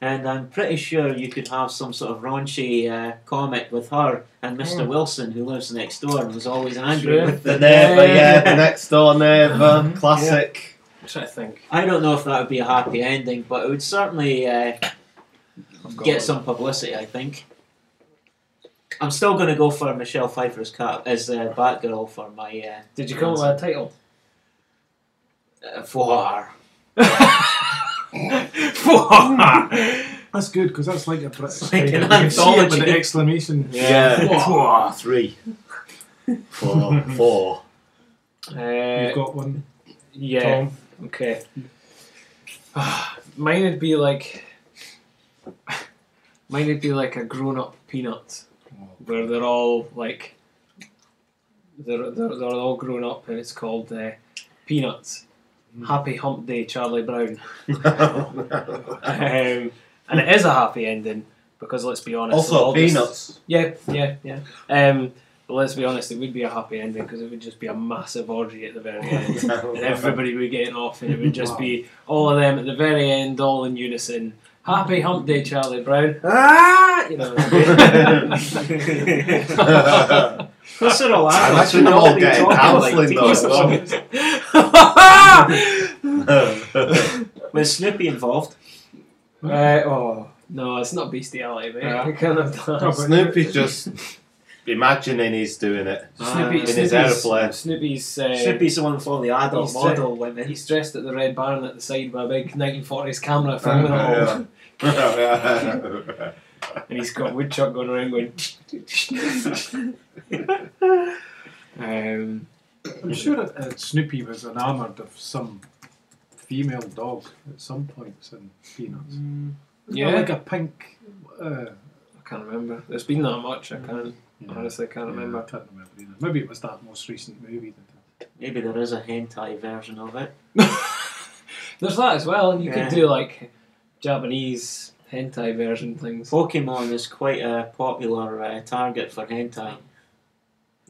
And I'm pretty sure you could have some sort of raunchy uh, comic with her and Mr. Wilson, who lives next door and was always angry
Sure.
with
Hmm. The
them.
neighbour, Mm-hmm. yeah,
[laughs]
the next door neighbour, classic.
I'm trying to think.
I don't know if that would be a happy ending, but it would certainly uh, get some publicity. I think. I'm still going to go for Michelle Pfeiffer's cat as uh, Batgirl for my uh,
Did you come up with a title?
uh, for.
That's good because that's [laughs] like a British.
like an
thing. you can see it with
anthology.
the exclamation.
Yeah, three, four, four.
Uh,
You've got one,
yeah.
Tom.
Okay. [sighs] [sighs] mine would be like. Mine would be like a grown up peanut. where they're all like they're they're, they're all grown up, and it's called uh, Peanuts.
Hmm.
Happy Hump Day, Charlie
[laughs]
Brown. um, and it is a happy ending because let's be
[laughs]
honest.
Also,
it'll all just-
Peanuts.
yeah, yeah, yeah. Um, but let's be honest, it would be a happy ending because it would just be a massive orgy at
[laughs]
the very end, and everybody would be getting off, and it would just be all of them at the very end, all in unison. Happy Hump Day, Charlie Brown. Ah, you know.
That's it all out.
I imagine them all getting counselling though. as well.
[laughs]
[laughs]
With Snoopy involved.
Right, oh no, it's not bestiality, mate. I can't have that.
Snoopy's just imagining he's doing it
Ah.
Snoopy,
in
Snoopy's,
his aeroplane. [laughs]
Snoopy's, uh,
Snoopy's the one for the adult
he's uh,
model
dre-
women.
He's dressed at the Red Baron at the side by a big 1940s
Uh,
camera filming it all. and he's got woodchuck going around going. [laughs]
[laughs]
um,
I'm sure that, uh, Snoopy was enamoured of some female dog at some points in Peanuts. Isn't that
Mm. yeah.
like a pink. Uh,
I can't remember. There's been that much. I can't. Honestly, I can't
yeah,
remember.
I can't remember either. Maybe it was that most recent movie. That
Maybe there is a hentai version of it.
There's that as well. and You
Yeah.
could do like Japanese hentai version things.
Pokemon is quite a popular uh, target for hentai.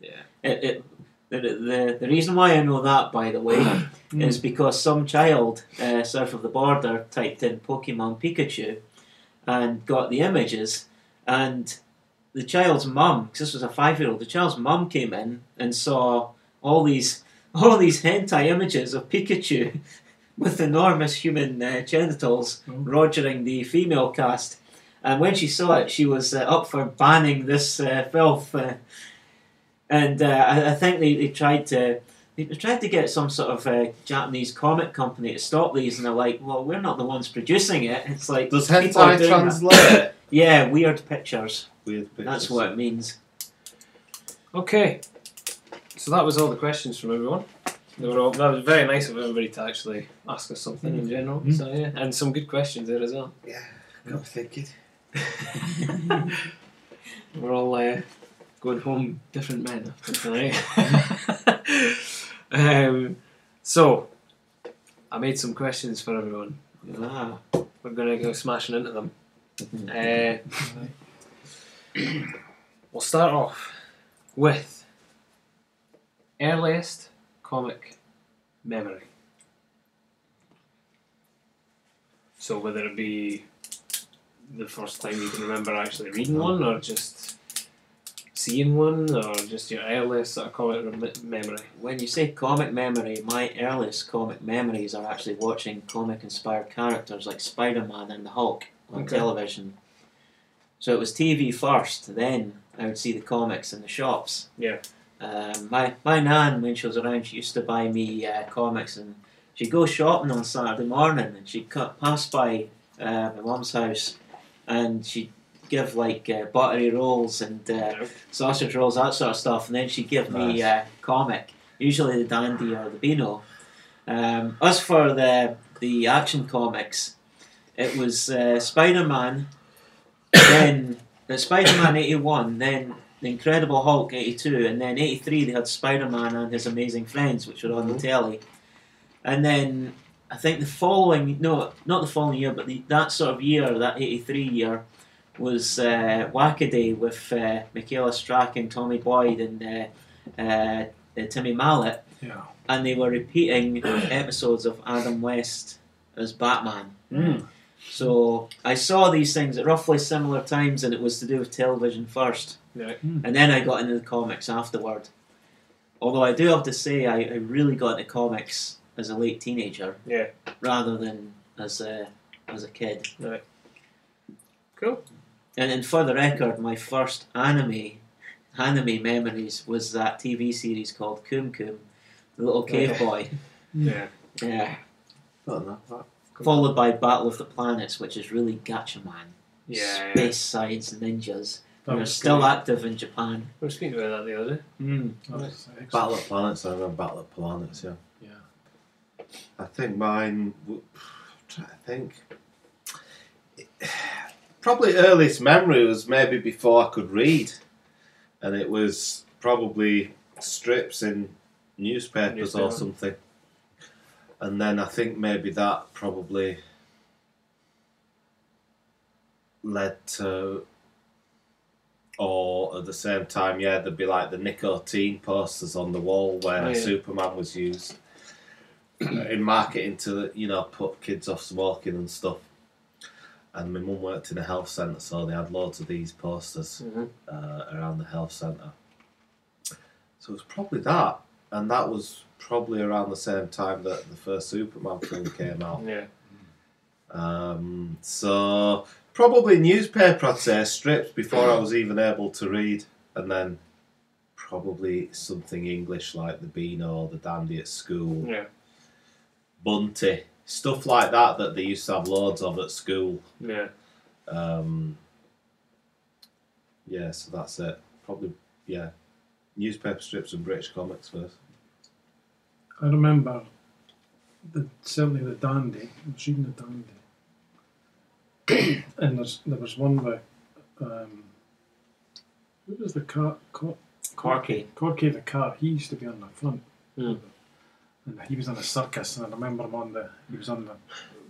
Yeah.
It, it, the, the, the reason why I know that, by the way, is because some child uh, south of the border typed in Pokemon Pikachu and got the images. And the child's mum, 'cause this was a five year old, the child's mum came in and saw all these all these hentai images of Pikachu [laughs] with enormous human uh, genitals rogering the female cast. And when she saw it, she was uh, up for banning this uh, filth. Uh, and uh, I, I think they, they tried to they tried to get some sort of uh, Japanese comic company to stop these, and they're like, "Well, we're not the ones producing it." It's like
Does
people are
hentai
doing that.
translate?
Yeah, weird pictures.
Weird pictures.
That's what it means.
Okay. So that was all the questions from everyone. They were all, that was very nice of everybody to actually ask us something in general. So yeah, and some good questions there as well.
I'm thinking.
[laughs] We're all uh, going home different men after tonight. [laughs] um, so, I made some questions for everyone.
Ah,
We're going to go smashing into them. Uh, [clears throat] we'll start off with earliest comic memory. So, whether it be the first time you can remember actually reading one, or just seeing one, or just your earliest sort of comic rem- memory.
when you say comic memory, my earliest comic memories are actually watching comic-inspired characters like Spider-Man and the Hulk on
Okay.
television. So it was TV first, then I would see the comics in the shops.
Yeah.
Um, my my nan, when she was around, she used to buy me uh, comics, and she'd go shopping on Saturday morning, and she'd cut, pass by uh, my mum's house, and she'd give like uh, buttery rolls and uh, sausage rolls, that sort of stuff, and then she'd give me
Nice.
uh, comic, usually the Dandy or the Beano. Um, as for the the action comics, it was uh, Spider Man, [coughs] then Spider Man eighty one, then the Incredible Hulk 82, and then 83 they had Spider Man and His Amazing Friends, which were on the telly. And then I think the following, no, not the following year, but the, that sort of year, that 83 year, was uh, Wackaday with uh, Michaela Strachan, Tommy Boyd, and uh, uh, Timmy Mallet.
Yeah.
And they were repeating [coughs] episodes of Adam West as Batman. So I saw these things at roughly similar times, and it was to do with television first
Right.
and then I got into the comics afterward. Although I do have to say, I, I really got into comics as a late teenager,
Yeah.
rather than as a as a kid.
Right. Cool.
And, and for the record, my first anime anime memories was that TV series called Coom Coom, the little cave
Okay. [laughs]
boy.
Yeah.
Yeah.
Don't know that.
Followed by Battle of the Planets, which is really Gatchaman,
Yeah.
space science ninjas.
That
They're
was
still
great.
active in Japan.
We were speaking about that the other day.
Mm.
That was excellent.
Battle of Planets, I remember Battle of Planets, yeah.
Yeah.
I think mine, w- I'm trying to think. Probably earliest memory was maybe before I could read. and it was probably strips in newspapers or
Newspaper.
something. And then I think maybe that probably led to, uh, or at the same time, yeah, there'd be like the nicotine posters on the wall where
Oh, yeah.
Superman was used uh, in marketing to, you know, put kids off smoking and stuff. And my mum worked in a health centre, so they had loads of these posters
Mhm.
uh, around the health centre. So it was probably that, and that was probably around the same time that the first Superman film came out.
Yeah.
Um, so probably newspaper, I'd say strips before I was even able to read, and then probably something English like the Beano or the Dandy at school.
Yeah.
Bunty, stuff like that that they used to have loads of at school.
Yeah.
Um, yeah, so that's it. Probably, yeah. Newspaper strips and British comics first.
I remember the, certainly the Dandy. I was reading the Dandy, and there's, there was one about um, who was the car? Cor-
Corky.
Corky the car. He used to be on the front,
Hmm.
and he was in a circus. And I remember him on the. He was on the.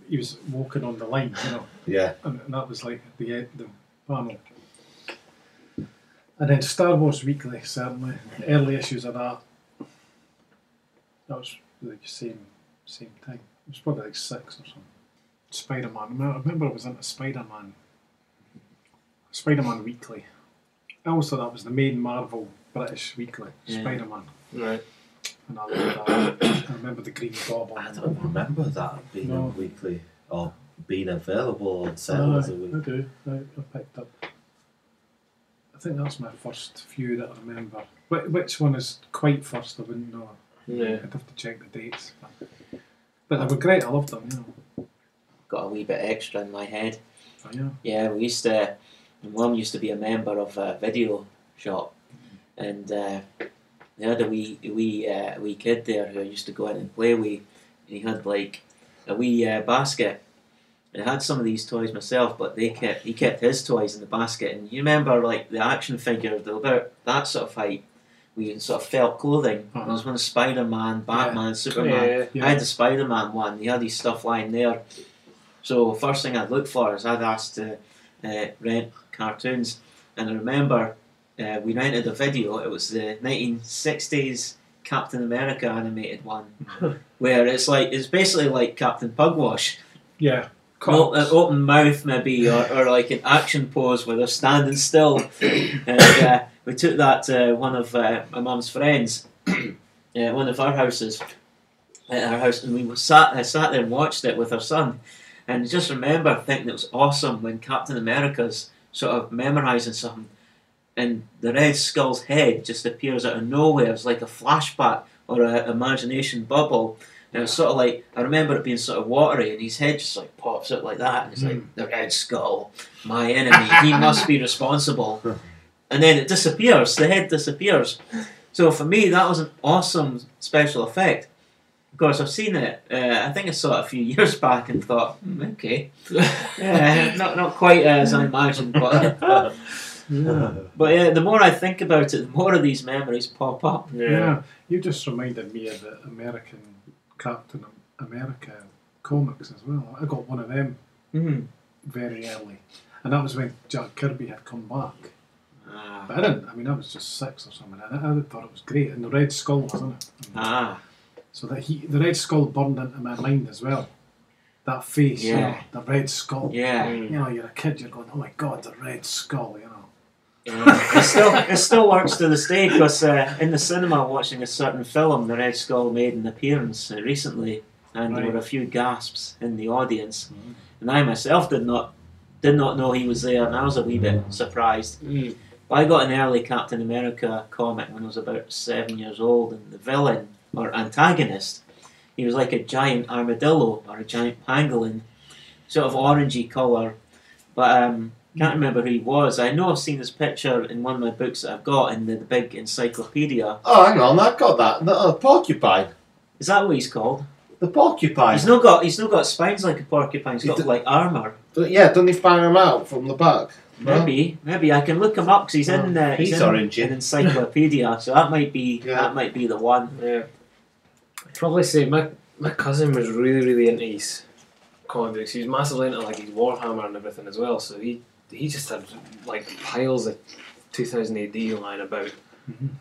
He was walking on the line, you know.
Yeah.
And, and that was like the end- the panel. And then Star Wars Weekly, certainly early issues of that. That was like same same time. It was probably like six or something. Spider Man. I remember I was into Spider Man. Spider Man Weekly. I always thought that was the main Marvel British weekly.
Yeah.
Spider Man.
Right.
And I loved that. I remember the Green Goblin. I
don't remember that being
No. Oh,
a weekly or being available on sale
Aye,
as a week.
I do. I, I picked up. I think that's my first few that I remember. Wh- which one is quite first? I wouldn't know.
Yeah.
I'd have to check the dates. But they were great. I loved them. You know.
got a wee bit extra in my head.
Oh, yeah.
Yeah, we used to. My mum used to be a member of a video shop, and uh, they had a wee a wee uh, a wee kid there who I used to go in and play with, and he had like a wee uh, basket. And I had some of these toys myself, but they kept he kept his toys in the basket. And you remember like the action figures, they were about that sort of height. We sort of felt clothing. There was one Spider Man, Batman, Superman.
Oh, Yeah, yeah.
I had the Spider Man one. He had his stuff lying there. So first thing I'd look for is I'd asked to uh, rent cartoons, and I remember uh, we rented a video. It was the 1960s Captain America animated one, where it's like it's basically like Captain Pugwash.
Yeah.
Well, uh, an open mouth maybe, or, or like an action pose where they're standing still. and uh, we took that to one of uh, my mum's friends, [clears throat] uh, one of our houses, at our house, and we sat, I sat there and watched it with her son. And I just remember thinking it was awesome when Captain America's sort of memorising something, and the Red Skull's head just appears out of nowhere. It's like a flashback or an imagination bubble. And it's sort of like I remember it being sort of watery, and his head just like pops up like that, and it's like the Red Skull, my enemy. he must be responsible. And then it disappears. The head disappears. So for me, that was an awesome special effect. Of course, I've seen it. Uh, I think I saw it a few [laughs] years back and thought, hmm, okay, yeah, not not quite as I imagined, but but yeah, the more I think about it, the more of these memories pop up.
Yeah. You just reminded me of the American Captain America comics as well. I got one of them
Mhm.
very early, and that was when Jack Kirby had come back.
Ah.
But I didn't. I mean, I was just six or something. and I, I thought it was great, and the Red Skull was in it.
Ah.
So that he, the Red Skull burned into my mind as well. That face, you know,
Yeah.
the Red Skull.
Yeah.
You know, you're a kid. You're going, oh my god, the Red Skull. You know.
it still it still works to this day because uh, in the cinema watching a certain film, the Red Skull made an appearance uh, recently, and there
Right.
were a few gasps in the audience, and I myself did not did not know he was there, and I was a wee bit surprised.
Mm.
But I got an early Captain America comic when I was about seven years old, and the villain or antagonist, he was like a giant armadillo or a giant pangolin, sort of orangey colour, but um, can't remember who he was. I know I've seen his picture in one of my books that I've got in the, the big encyclopedia.
Oh, hang on, I've got that. The uh, porcupine.
Is that what he's called?
The porcupine.
He's not got he's not got spines like a porcupine. He's got like armour.
But yeah, doesn't he fire him out from the back?
Maybe, maybe I can look him up because he's in the he's,
He's
in
orange, yeah.
an encyclopedia, so that might be that might be the one. [laughs]
Yeah. I'd probably say my my cousin was really really into his comic books. He was massively into like his Warhammer and everything as well. So he he just had like piles of 2000 AD lying about.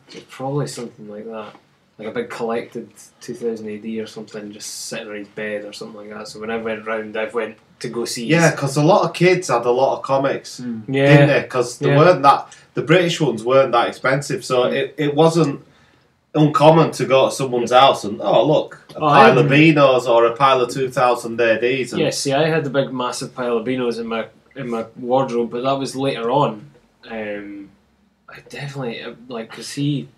So probably something like that, like a big collected 2000 AD or something, just sitting on his bed or something like that. So when I went round, I went to go see.
Yeah, because a lot of kids had a lot of comics,
Yeah.
didn't they? Because they
Yeah.
weren't that the British ones weren't that expensive, so it, it wasn't uncommon to go to someone's house and oh look a
Oh, I
pile of
remember.
Beanos or a pile of two thousand ADs. And
Yeah, see, I had the big massive pile of beanos in my in my wardrobe, but that was later on. Um, I definitely uh, like because he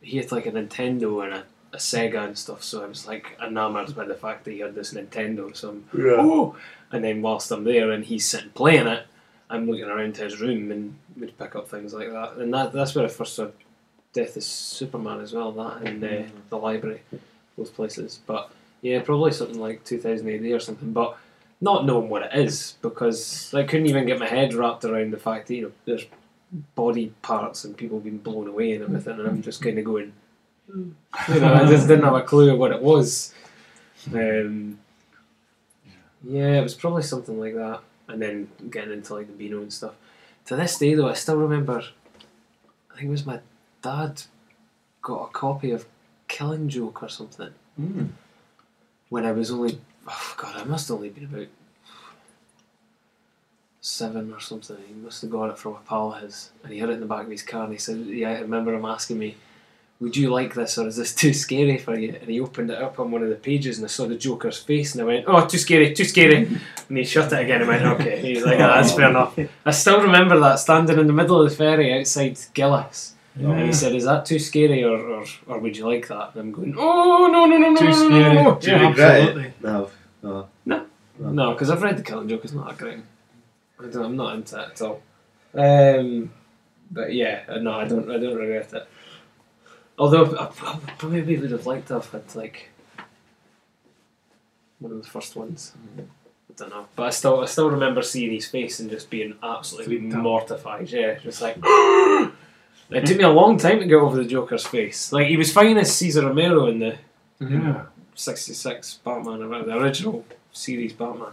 he had like a Nintendo and a, a Sega and stuff, so I was like enamored by the fact that he had this Nintendo. So I'm,
Yeah.
"Oh!" and then whilst I'm there and he's sitting playing it, I'm looking around to his room and would pick up things like that, and that that's where I first saw Death is Superman as well. That and uh, the library, both places, but. Yeah, probably something like 2008 or something, but not knowing what it is because I couldn't even get my head wrapped around the fact that you know there's body parts and people being blown away and everything, and I'm just kind of going, you know, I just didn't have a clue what it was. Um, yeah, it was probably something like that, and then getting into like the Beano and stuff. To this day, though, I still remember. I think it was my dad got a copy of Killing Joke or something when I was only, oh god, I must have only been about seven or something. He must have got it from a pal of his, and he had it in the back of his car. And he said, "Yeah, I remember him asking me, would you like this, or is this too scary for you?" And he opened it up on one of the pages, and I saw the Joker's face, and I went, "Oh, too scary, too scary." And he shut it again. and went, "Okay." He was like, "Ah, "That's fair enough." I still remember that standing in the middle of the ferry outside Gillis. And he
Yeah.
said, "Is that too scary, or, or, or would you like that?" And I'm going, "Oh no, no, no, no,
Too
no, no,
scary.
no, no,
Do you regret it?
absolutely."
No, no.
No, no, because I've read the Killing Joke. It's not that great. I don't, I'm not into it at all. Um, but yeah, uh, no, I don't. I don't regret it. Although I, I probably would have liked to have had like one of the first ones. I don't know, but I still, I still remember seeing his face and just being absolutely mortified. Yeah, just like. [gasps] It took me a long time to get over the Joker's face. Like he was fine as Caesar Romero in the
Yeah.
'66 Batman, or the original series Batman.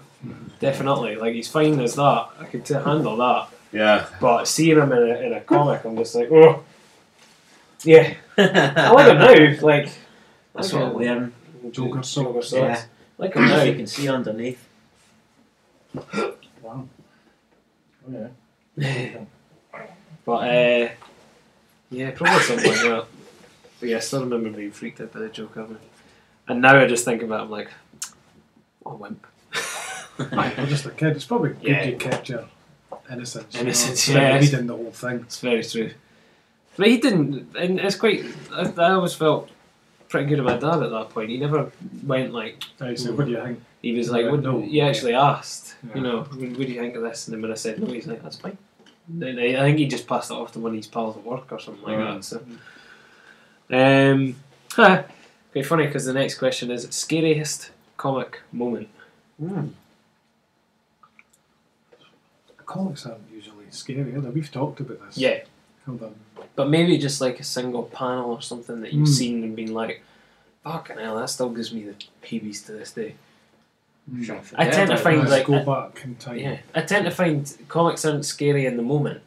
Definitely, like he's fine as that. I could t- handle that.
Yeah.
But seeing him in a, in a comic, I'm just like, oh, yeah. I like him now. Like
That's
like
what I'm
him.
wearing.
Joker socks.
Yeah.
Like him now.
um, you can see underneath.
Wow. [laughs] yeah. but uh, yeah, probably something like that. But yeah, I still remember being freaked out by the Joker. man. And now I just think about it, I'm like, what a wimp.
[laughs] I'm just a kid. It's probably good
Yeah.
you kept your innocence. you know,
Innocence,
instead
[laughs]
of
yeah.
Reading the whole thing.
It's very true. But he didn't, and it's quite. I, I always felt pretty good at my dad at that point. He never went like.
I said, "What do
Mm.
you think?"
He was
He
like, what,
went, "No."
He actually asked,
Yeah.
you know, what, what do you think of this? And then when I said no, he's like, that's fine. Then I, I think he just passed it off to one of his pals at work or something like
Right.
that. So, um, [laughs] quite funny because the next question is scariest comic moment.
Comics aren't usually scary, are they? We've talked about this.
Yeah,
Hold on.
but maybe just like a single panel or something that you've
Mm.
seen and been like, fucking hell, that still gives me the peebies to this day.
Hmm.
I tend to find
Let's
like
go
I-
back in time.
yeah, I tend to find comics aren't scary in the moment,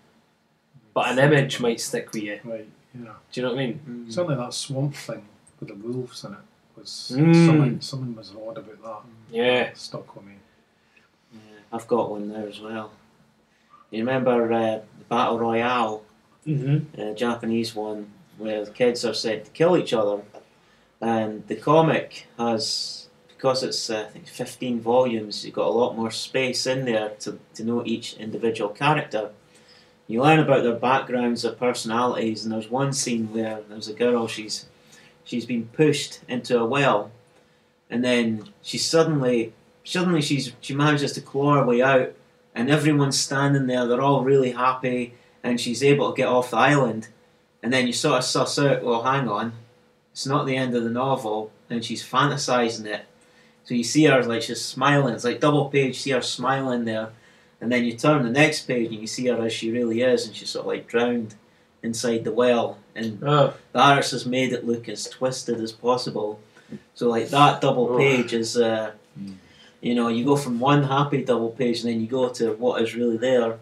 but an image might stick with you.
Right. Yeah.
Do you know what I mean?
Certainly that swamp thing with the wolves in it was
Mm.
someone. Someone was odd about that.
Yeah.
Stuck with me.
I've got one there as well. You remember uh, the battle royale,
Mm-hmm.
uh, Japanese one, where the kids are said to kill each other, and the comic has because it's uh, I think fifteen volumes. You've got a lot more space in there to to know each individual character. You learn about their backgrounds, their personalities, and there's one scene where there's a girl. She's she's been pushed into a well, and then she suddenly suddenly she's she manages to claw her way out, and everyone's standing there. They're all really happy, and she's able to get off the island. And then you sort of suss out, well, hang on, it's not the end of the novel, and she's fantasizing it. So you see her like she's smiling. It's like double page. See her smiling there, And then you turn the next page and you see her as she really is, and she's sort of like drowned inside the well. And
Oh.
the artist has made it look as twisted as possible. So, like, that double
Oh.
page is, uh, you know, you go from one happy double page and then you go to what is really there.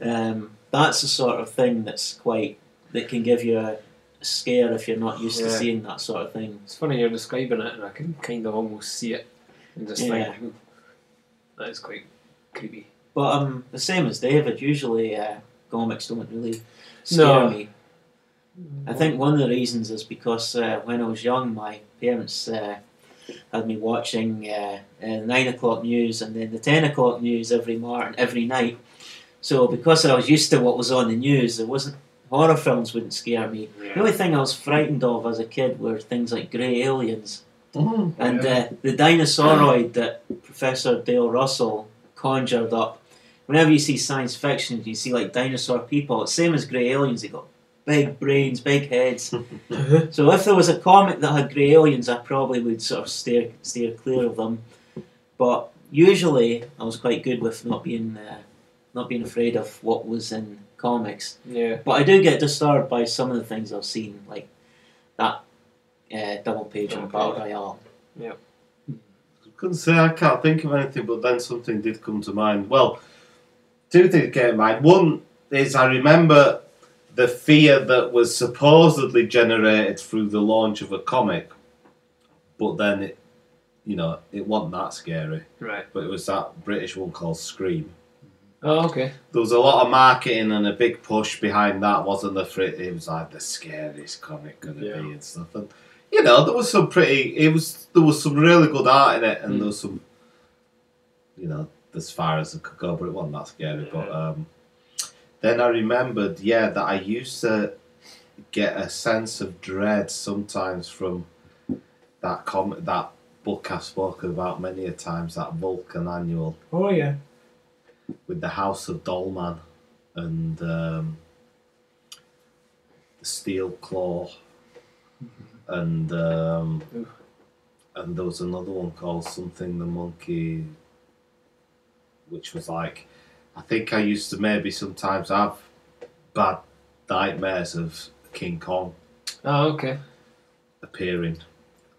Um, that's the sort of thing that's quite, that can give you a scare if you're not used to
Yeah.
seeing that sort of thing.
It's funny you're describing it, and I can kind of almost see it, and just
Yeah.
think "Ooh, that is quite creepy.
But um, the same as David, usually uh, comics don't really scare
No.
me. I think one of the reasons is because uh, when I was young, my parents uh, had me watching uh, uh, the nine o'clock news and then the ten o'clock news every morning, every night. So because I was used to what was on the news, there wasn't horror films wouldn't scare me. The only thing I was frightened of as a kid were things like grey aliens.
Oh,
And
yeah.
uh, the dinosauroid that Professor Dale Russell conjured up. Whenever you see science fiction, you see like dinosaur people. It's same as grey aliens. They got big brains, big heads. so if there was a comic that had grey aliens, I probably would sort of steer steer clear of them. But usually, I was quite good with not being uh, not being afraid of what was in comics.
Yeah.
But I do get disturbed by some of the things I've seen, like that uh, double page on Battle Royale.
Yeah.
couldn't say I can't think of anything, but then something did come to mind. Well, two things came to mind. One is I remember the fear that was supposedly generated through the launch of a comic, but then it, you know, it wasn't that scary.
Right.
But it was that British one called Scream.
Oh, okay.
There was a lot of marketing and a big push behind that, wasn't there? For it, it was like the scariest comic gonna be and stuff. And you know, there was some pretty. It was there was some really good art in it, and there was some, you know, as far as it could go. But it wasn't that scary. But um, then I remembered, yeah, that I used to get a sense of dread sometimes from that com that book I've spoken about many a times, that Vulcan Annual
Oh yeah.
with the House of Dolman and um, the Steel Claw, and um, and there was another one called something the Monkey, which was like, I think I used to maybe sometimes have bad nightmares of King Kong
Oh, okay.
appearing,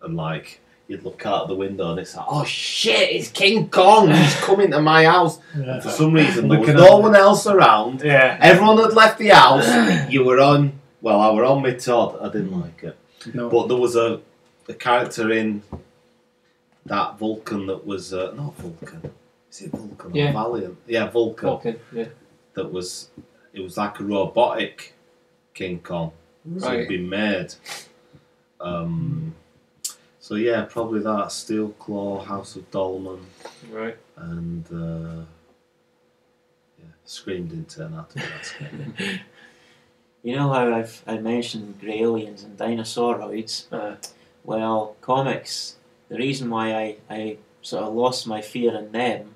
and like you'd look out the window and it's like, oh shit, it's King Kong, he's coming to my house. And for some reason, there was
Looking
no
at-
one else around.
Yeah.
everyone had left the house. You were on. Well, I were on my Todd. I didn't like it,
No.
but there was a a character in that Vulcan that was uh, not Vulcan. Is it Vulcan
Yeah.
or Valiant? Yeah, Vulcan.
Vulcan, yeah.
That was. It was like a robotic King Kong. So it'd
Right.
been made. Um, so yeah, probably that Steel Claw, House of Dolman,
Right.
and uh, yeah, Scream didn't turn out to be that scary.
You know how I've I mentioned grey aliens and dinosauroids.
Uh,
Well, comics. The reason why I, I sort of lost my fear in them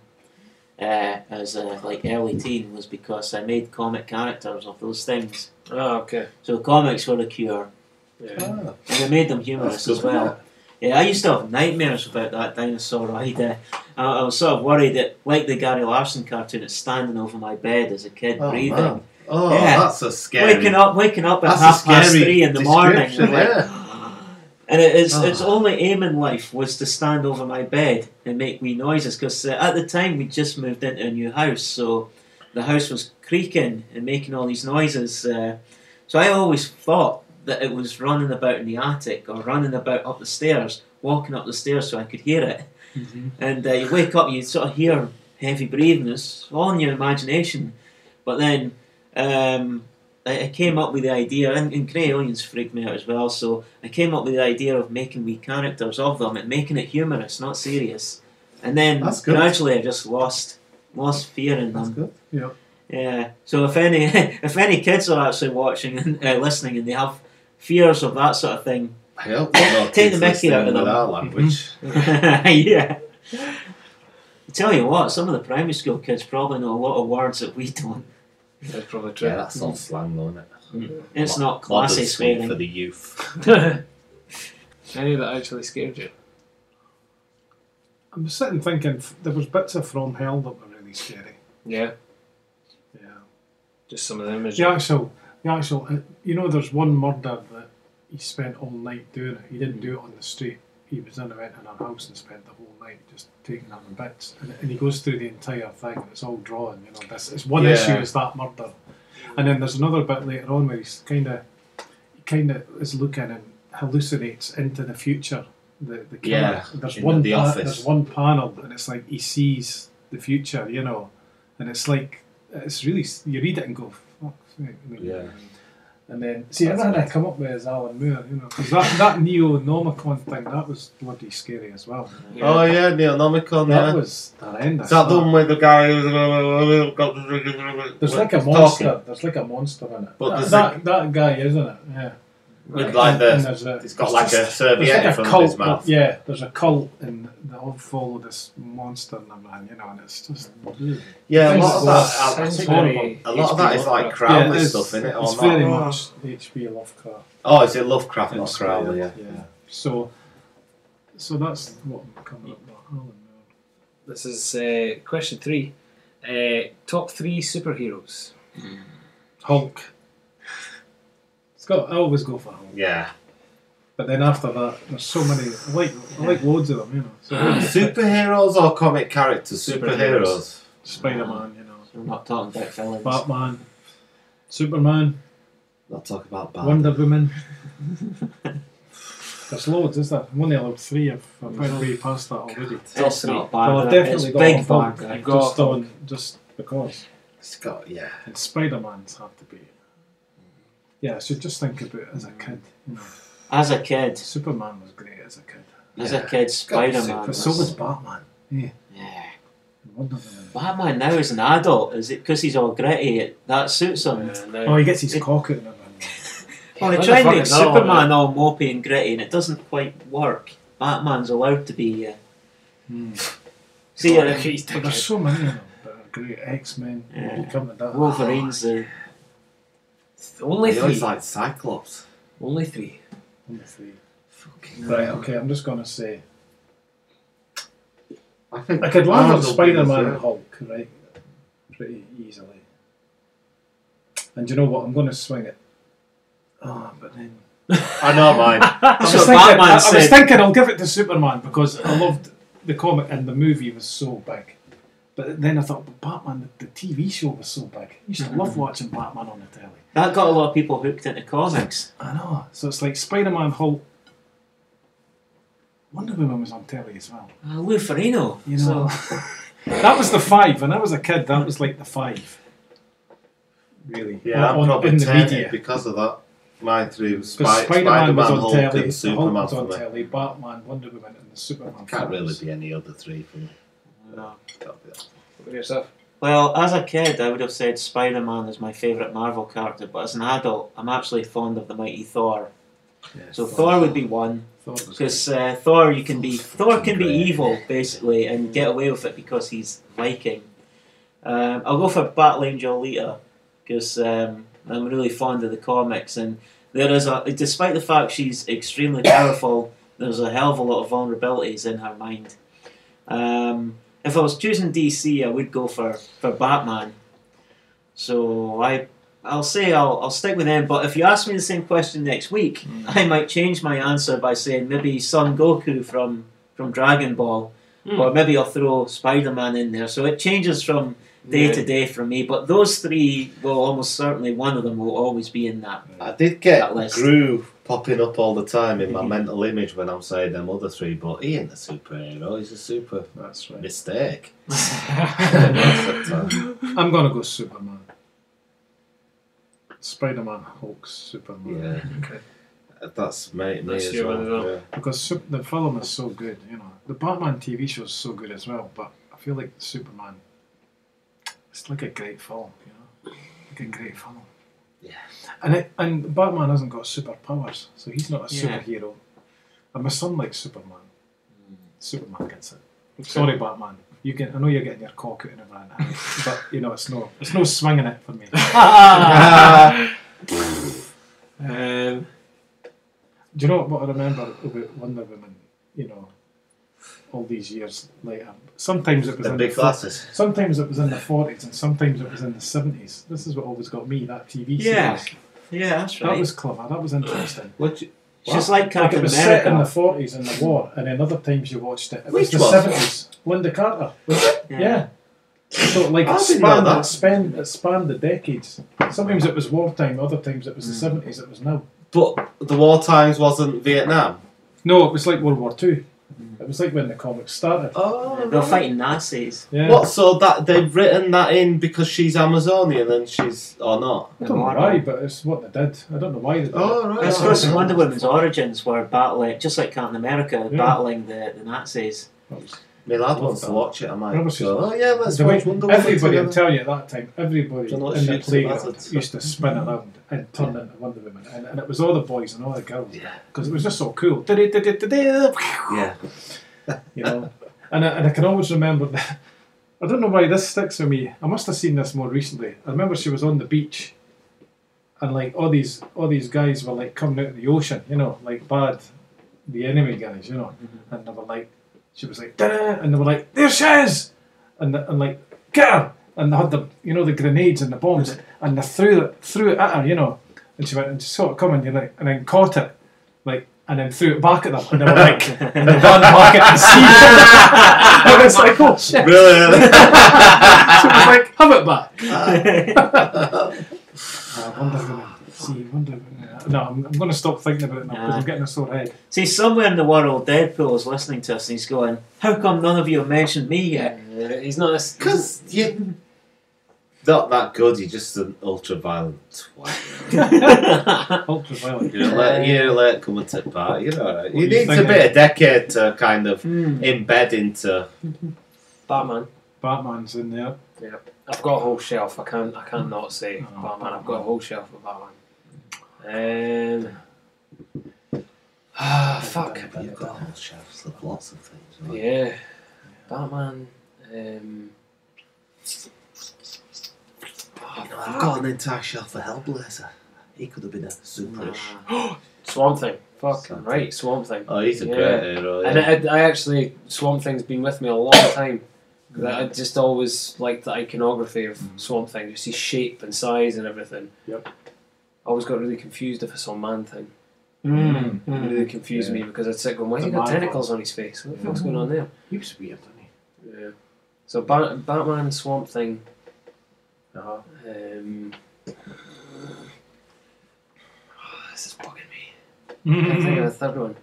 uh, as a like early teen was because I made comic characters of those things.
Oh, okay.
So comics were the cure,
Yeah.
Ah.
and I made them
That's
humorous
good,
as well. Yeah, I used to have nightmares about that dinosauroid. Uh, I, I was sort of worried that, like the Gary Larson cartoon, it's standing over my bed as a kid
Oh,
breathing.
man. Oh, that's a scary-
Waking up, waking up at
That's a
half past
scary
three in the morning.
description,
like, and it is, its
Oh.
only aim in life was to stand over my bed and make wee noises because uh, at the time we just moved into a new house, so the house was creaking and making all these noises. Uh, so I always thought that it was running about in the attic or running about up the stairs, walking up the stairs so I could hear it. And uh, you wake up, you sort of hear heavy breathing. It's all in your imagination. But then um, I, I came up with the idea, and, and Grey Aliens freaked me out as well. So I came up with the idea of making wee characters of them and making it humorous, not serious. And then
That's good.
gradually, I just lost lost fear in them.
Yeah.
Yeah. So if any [laughs] if any kids are actually watching and uh, listening and they have fears of that sort of thing, [laughs]
I hope there are no
take the Mm-hmm.
kids
Mickey out of
listening
them.
with our language.
yeah. I tell you what, some of the primary school kids probably know a lot of words that we don't.
That's probably
Yeah, that's all slang, though, isn't it?
It's
Mo-
not classy
modern speak
swearing.
for the youth.
[laughs] Any that actually scared you?
I'm sitting thinking f- there was bits of From Hell that were really scary.
Yeah. Yeah. Just some of the images.
The actual, the actual, uh, you know, there's one murder that he spent all night doing it. He didn't do it on the street. He was in a went in a house and spent the whole night just taking up in bits. And, and he goes through the entire thing. and It's all drawn. You know, this it's one
Yeah.
issue is that murder, and then there's another bit later on where he's kind of, kind of is looking and hallucinates into the future. The the killer.
Yeah,
There's
in
one
the
pa-
office.
There's one panel, and it's like he sees the future. You know, and it's like it's really s- you read it and go, fuck's sake. I mean,
Yeah.
and then see everything I come up with is Alan Moore, you know, because that that Neo-Nomicon thing that was bloody scary as well.
Oh yeah, Neonomicon.
That
yeah.
was horrendous.
Is that the
That-
one with the guy? uh, who's-
There's like a
uh, talking?
monster. There's like a monster in it.
But
that,
there's
that, that guy, isn't it? Yeah.
With like the-
there's
it's got
there's
like a
just-
serviette
there's
in front of
cult,
his mouth.
that- Yeah, there's a cult, and they all follow this monster and everything, you know, and it's just
Yeah, a
Things
lot of
that-
that. uh, I- I
sounds
think
horrible.
a lot of that is like
Yeah, it
Crowley
is.
stuff, isn't it?
It's
Or not?
very much H.P. Lovecraft.
Oh, is it Lovecraft, not
It's
Crowley? Yeah.
weird, So, so that's what I'm coming up with. Alan.
This is uh, question three. Uh, top three superheroes.
Hulk. It's got. I always go for Hulk.
Yeah.
But then after that, there's so many. I like I like loads of them. You know. So
Superheroes or comic characters? Superheroes.
Superheroes. Spider-Man, you know.
I'm not talking about villains.
Batman, Superman,
Not talk about Batman.
Wonder Woman. There's loads, is there? I'm only allowed three. I've, I've went way past that already.
It's not It's bad,
Well, I've
that.
definitely
It's
got
big
on Hulk.
bad, that.
I've just on just because.
It's got yeah.
And Spider-Man's have to be. Yeah, so just think about it as a kid. You know.
As a kid.
Superman was great as a kid.
As a kid, Spider Man.
But so was Batman. Yeah.
Yeah.
Wonder
Batman now as an adult, is it because he's all gritty? it- That suits him.
Oh, he gets his cock out. of it. [laughs]
Well,
What
they
the
try and
fuck
make
is that all
Superman all mopey and gritty, and it doesn't quite work. Batman's allowed to be. Uh,
Hmm.
[laughs] See, um,
but there's so many of them that are great. X Men.
Yeah.
You come to that.
[laughs] Wolverine's the
Only
He always
three.
liked Cyclops.
Only three.
Only three. Right. Okay. I'm just gonna say.
I think
I could land on
Marvel
Spider Man
people,
and Hulk, right? Pretty easily. And do you know what? I'm going to swing it. Ah, but then.
I know mine.
[laughs] I was,
That's what
thinking,
Batman
I, I was
said.
thinking I'll give it to Superman because I loved the comic and the movie was so big. But then I thought, but Batman, the, the TV show was so big. I used to love watching Batman on the telly.
that got a lot of people hooked into comics.
I know. So it's like Spider Man, Hulk. Wonder Woman was on telly as well.
Uh, Lou Ferrino.
You know. [laughs] That was the five. When I was a kid, that was like the five. Really?
Yeah, I'm
On-
probably
in the
ten
media.
because of that. Mine through
Because
Spider-
Spider-Man,
Spider-Man,
was on
Hulk,
telly,
and
the Hulk
Superman
was
for
on
me.
telly, Batman, Wonder Woman, and the Superman.
Can't really
films.
be any other three for me.
No.
Gotta be that.
yourself?
Well, as a kid, I would have said Spider Man is my favourite Marvel character, but as an adult, I'm actually fond of the mighty Thor. so Thor, would be one
Thor was
because uh, Thor, you can be Thor can be
great.
evil basically and get away with it because he's Viking. Um, I'll go for Battle Angel Lita because um, I'm really fond of the comics and there is a despite the fact she's extremely powerful, there's a hell of a lot of vulnerabilities in her mind. Um, if I was choosing DC, I would go for, for Batman. So I, I'll say I'll, I'll stick with them. But if you ask me the same question next week, I might change my answer by saying maybe Son Goku from from Dragon Ball,
Hmm.
or maybe I'll throw Spider Man in there. So it changes from day to day for me. But those three will almost certainly one of them will always be in that.
I did get
That list.
Groove popping up all the time in my
Mm-hmm.
mental image when I'm saying them other three, but he ain't a superhero, he's a super
That's right.
[laughs]
mistake. [laughs] That's a time.
I'm gonna go Superman. Spider-Man, Hulk, Superman.
yeah,
Okay.
Uh, that's mate, me
That's
as
your one as well.
well. yeah.
Because Sup- the film is so good, you know. The Batman TV show is so good as well, but I feel like Superman. It's like a great film, you know. Like a great film.
Yeah.
And it, and Batman hasn't got superpowers, so he's not a
Yeah.
superhero. And my son likes Superman.
Mm.
Superman gets it. Sorry, Batman. You can. I know you're getting your cock out in a van, but you know it's no, it's no swinging it for me.
Um,
Do you know what I remember about Wonder Woman? You know, all these years later. Sometimes it was
The
in
big
the fo-
glasses.
Sometimes it was in the forties, and sometimes it was in the seventies. This is what always got me that TV
Yeah.
series.
Yeah, that's right.
That was clever. That
[clears throat]
was interesting.
What? You,
It's just like Captain
it was
America.
set in the forties in the war, and then other times you watched it. It
Which
was the
one?
seventies. Linda Carter. Was it? Yeah. So like
I
it
didn't know
spanned,
that.
it spanned it spanned the decades. Sometimes it was wartime, other times it was the
Hmm.
seventies. It was now.
But the war times wasn't Vietnam.
No, it was like World War Two. It was like when the comics started.
Oh,
They're fighting Nazis.
Yeah.
What? So that they've written that in because she's Amazonian and she's or not?
I don't know why, but it's what they did. I don't know why they did. it.
Oh right.
I suppose
okay.
Wonder Woman's origins were battling, just like Captain America,
Yeah.
battling the, the Nazis. [laughs]
My lad wants to watch it. I might
Rubbish is-
go. Oh yeah, let's
The way-
watch Wonder Woman
everybody, I'm
together.
telling you, at that time, everybody
Do you know what
in the
shapes it
playground
was?
used to spin around and turn into Wonder Woman, and, and it was all the boys and all the girls because it was just so cool. [laughs] Du-du-du-du-du-du. [laughs]
Yeah.
you know. And I, and I can always remember that. I don't know why this sticks with me. I must have seen this more recently. I remember she was on the beach, and like all these all these guys were like coming out of the ocean, you know, like bad, the enemy guys, you know, and they were like, she was like, "Da-da," and they were like, there she is, and the, and like, get her, and they had the you know the grenades and the bombs, and they threw it threw it at her, you know, and she went and she saw it coming, you know, and then caught it, like, and then threw it back at them, and they were like, and they ran back at the sea, [laughs] and it's like, oh shit,
[laughs] Brilliant.
so it was like, have it back. Ah, Wonder Woman. See, Wonder Woman. No, I'm, I'm going to stop thinking about it now because I'm getting a sore head.
See, somewhere in the world, Deadpool is listening to us and he's going, How come none of you have mentioned
[laughs]
me yet?
Uh, he's not. This,
Because you not that good. You're just an ultra violent twat.
Ultraviolet.
You don't let you don't let it come and take part. You're all right. You
What do you
need a
think
bit of decade to kind of embed into.
Batman.
Batman's in there.
Yep. I've got a whole shelf. I can't. I can't not say
Oh,
Batman. I've got a whole shelf of Batman. Um. Ah, fuck.
You've got whole shelves of lots of things. right?
Yeah. Batman. Um.
You know, I've got an entire shelf of Hellblazer. He could have been a superish.
Swamp Thing. Fucking
Swamp
right, Swamp Thing.
Oh, he's a
Yeah.
great hero. Yeah.
And uh, I, I actually, Swamp Thing's been with me a long time. 'Cause I I
Mm.
just always liked the iconography of Swamp Thing, just his shape and size and everything.
Yep.
I always got really confused if I saw Man Thing.
Mm.
It really confused me because I'd sit going, why has
The
he got
Man Mm.
tentacles on his face? What the fuck's going on there?
He was weird, didn't he?
Yeah. So ba- Batman, Swamp Thing,
[laughs]
Uh-huh.
um, [sighs] this is bugging me. I'm thinking of
Mm.
the third one.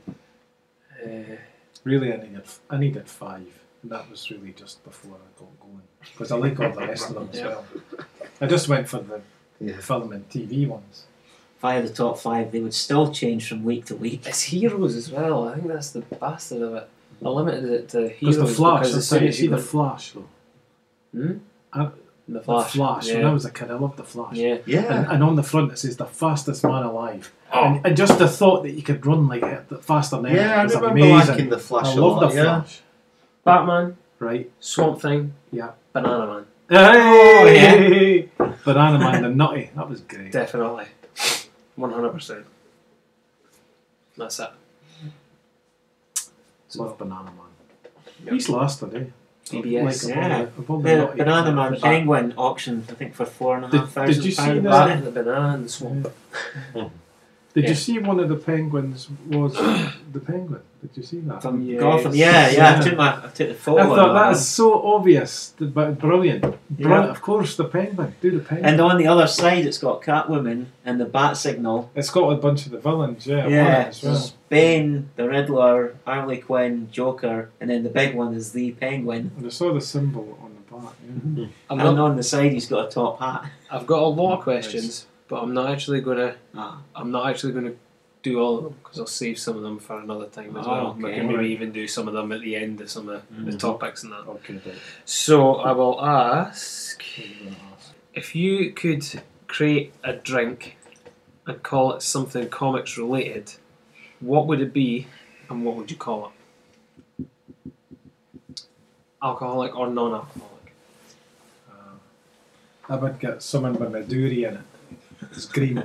Uh,
Really, I needed, I needed five. And that was really just before I got going. Because I like all the rest of them as
Yeah.
well. I just went for the
Yeah.
film and TV ones.
If I had the top five, they would still change from week to week.
It's heroes as well. I think that's the bastard of it. I limited it to heroes
Because the Flash,
because
I
as soon
see, you
as
see
you
the
go-
Flash though.
Hmm?
Uh,
the
The
flash,
Flash. When I
yeah,
was a kid, I loved the Flash.
yeah.
yeah.
And, uh, and on the front it says the fastest man alive.
Oh.
And, and just the thought that you could run like it, that faster than anything
Yeah, I
was
remember
amazing.
liking the Flash
I
a
love
lot,
the
yeah.
Flash.
Batman,
Right?
Swamp Thing,
Yeah.
Banana Man,
Hey! Banana Man, the Nutty. That was great.
definitely, one hundred percent. That's it.
love Banana Man. He's last today.
BBS.
Like,
yeah.
I've all the
The
Nutty.
Banana Man
But-
Penguin auctioned, I think, for four and a half
Did- did
thousand
you see
pounds.
that?
wasn't
Bat, the banana, and the swamp.
Did
Yeah.
you see one of the penguins was the penguin? Did you see that?
it? From
Yes.
Gotham. Yeah, yeah.
Yeah.
I took my, I took the photo.
I
of
thought
that.
that is so obvious, but brilliant. Brilliant.
Yeah.
Of course, the penguin. Do the penguin.
And on the other side, it's got Catwoman and the Bat Signal.
It's got a bunch of the villains, yeah. on
yeah,
it as well.
Bane, the Riddler, Harley Quinn, Joker, and then the big one is the Penguin.
And I saw the symbol on the back. Yeah.
I'm
and
not,
on the side, he's got a top hat.
I've got a lot of questions, but I'm not actually gonna.
Ah.
I'm not actually gonna do all of them because I'll save some of them for another time as
Oh,
well. We
okay.
can maybe
Alright.
even do some of them at the end of some of the, the
Mm-hmm.
Mhm.
topics and that.
Okay, but
So I will ask if you could create a drink and call it something comics related. What would it be, and what would you call it? Alcoholic or non-alcoholic?
I would get someone [laughs] with Maduri in it. It's green.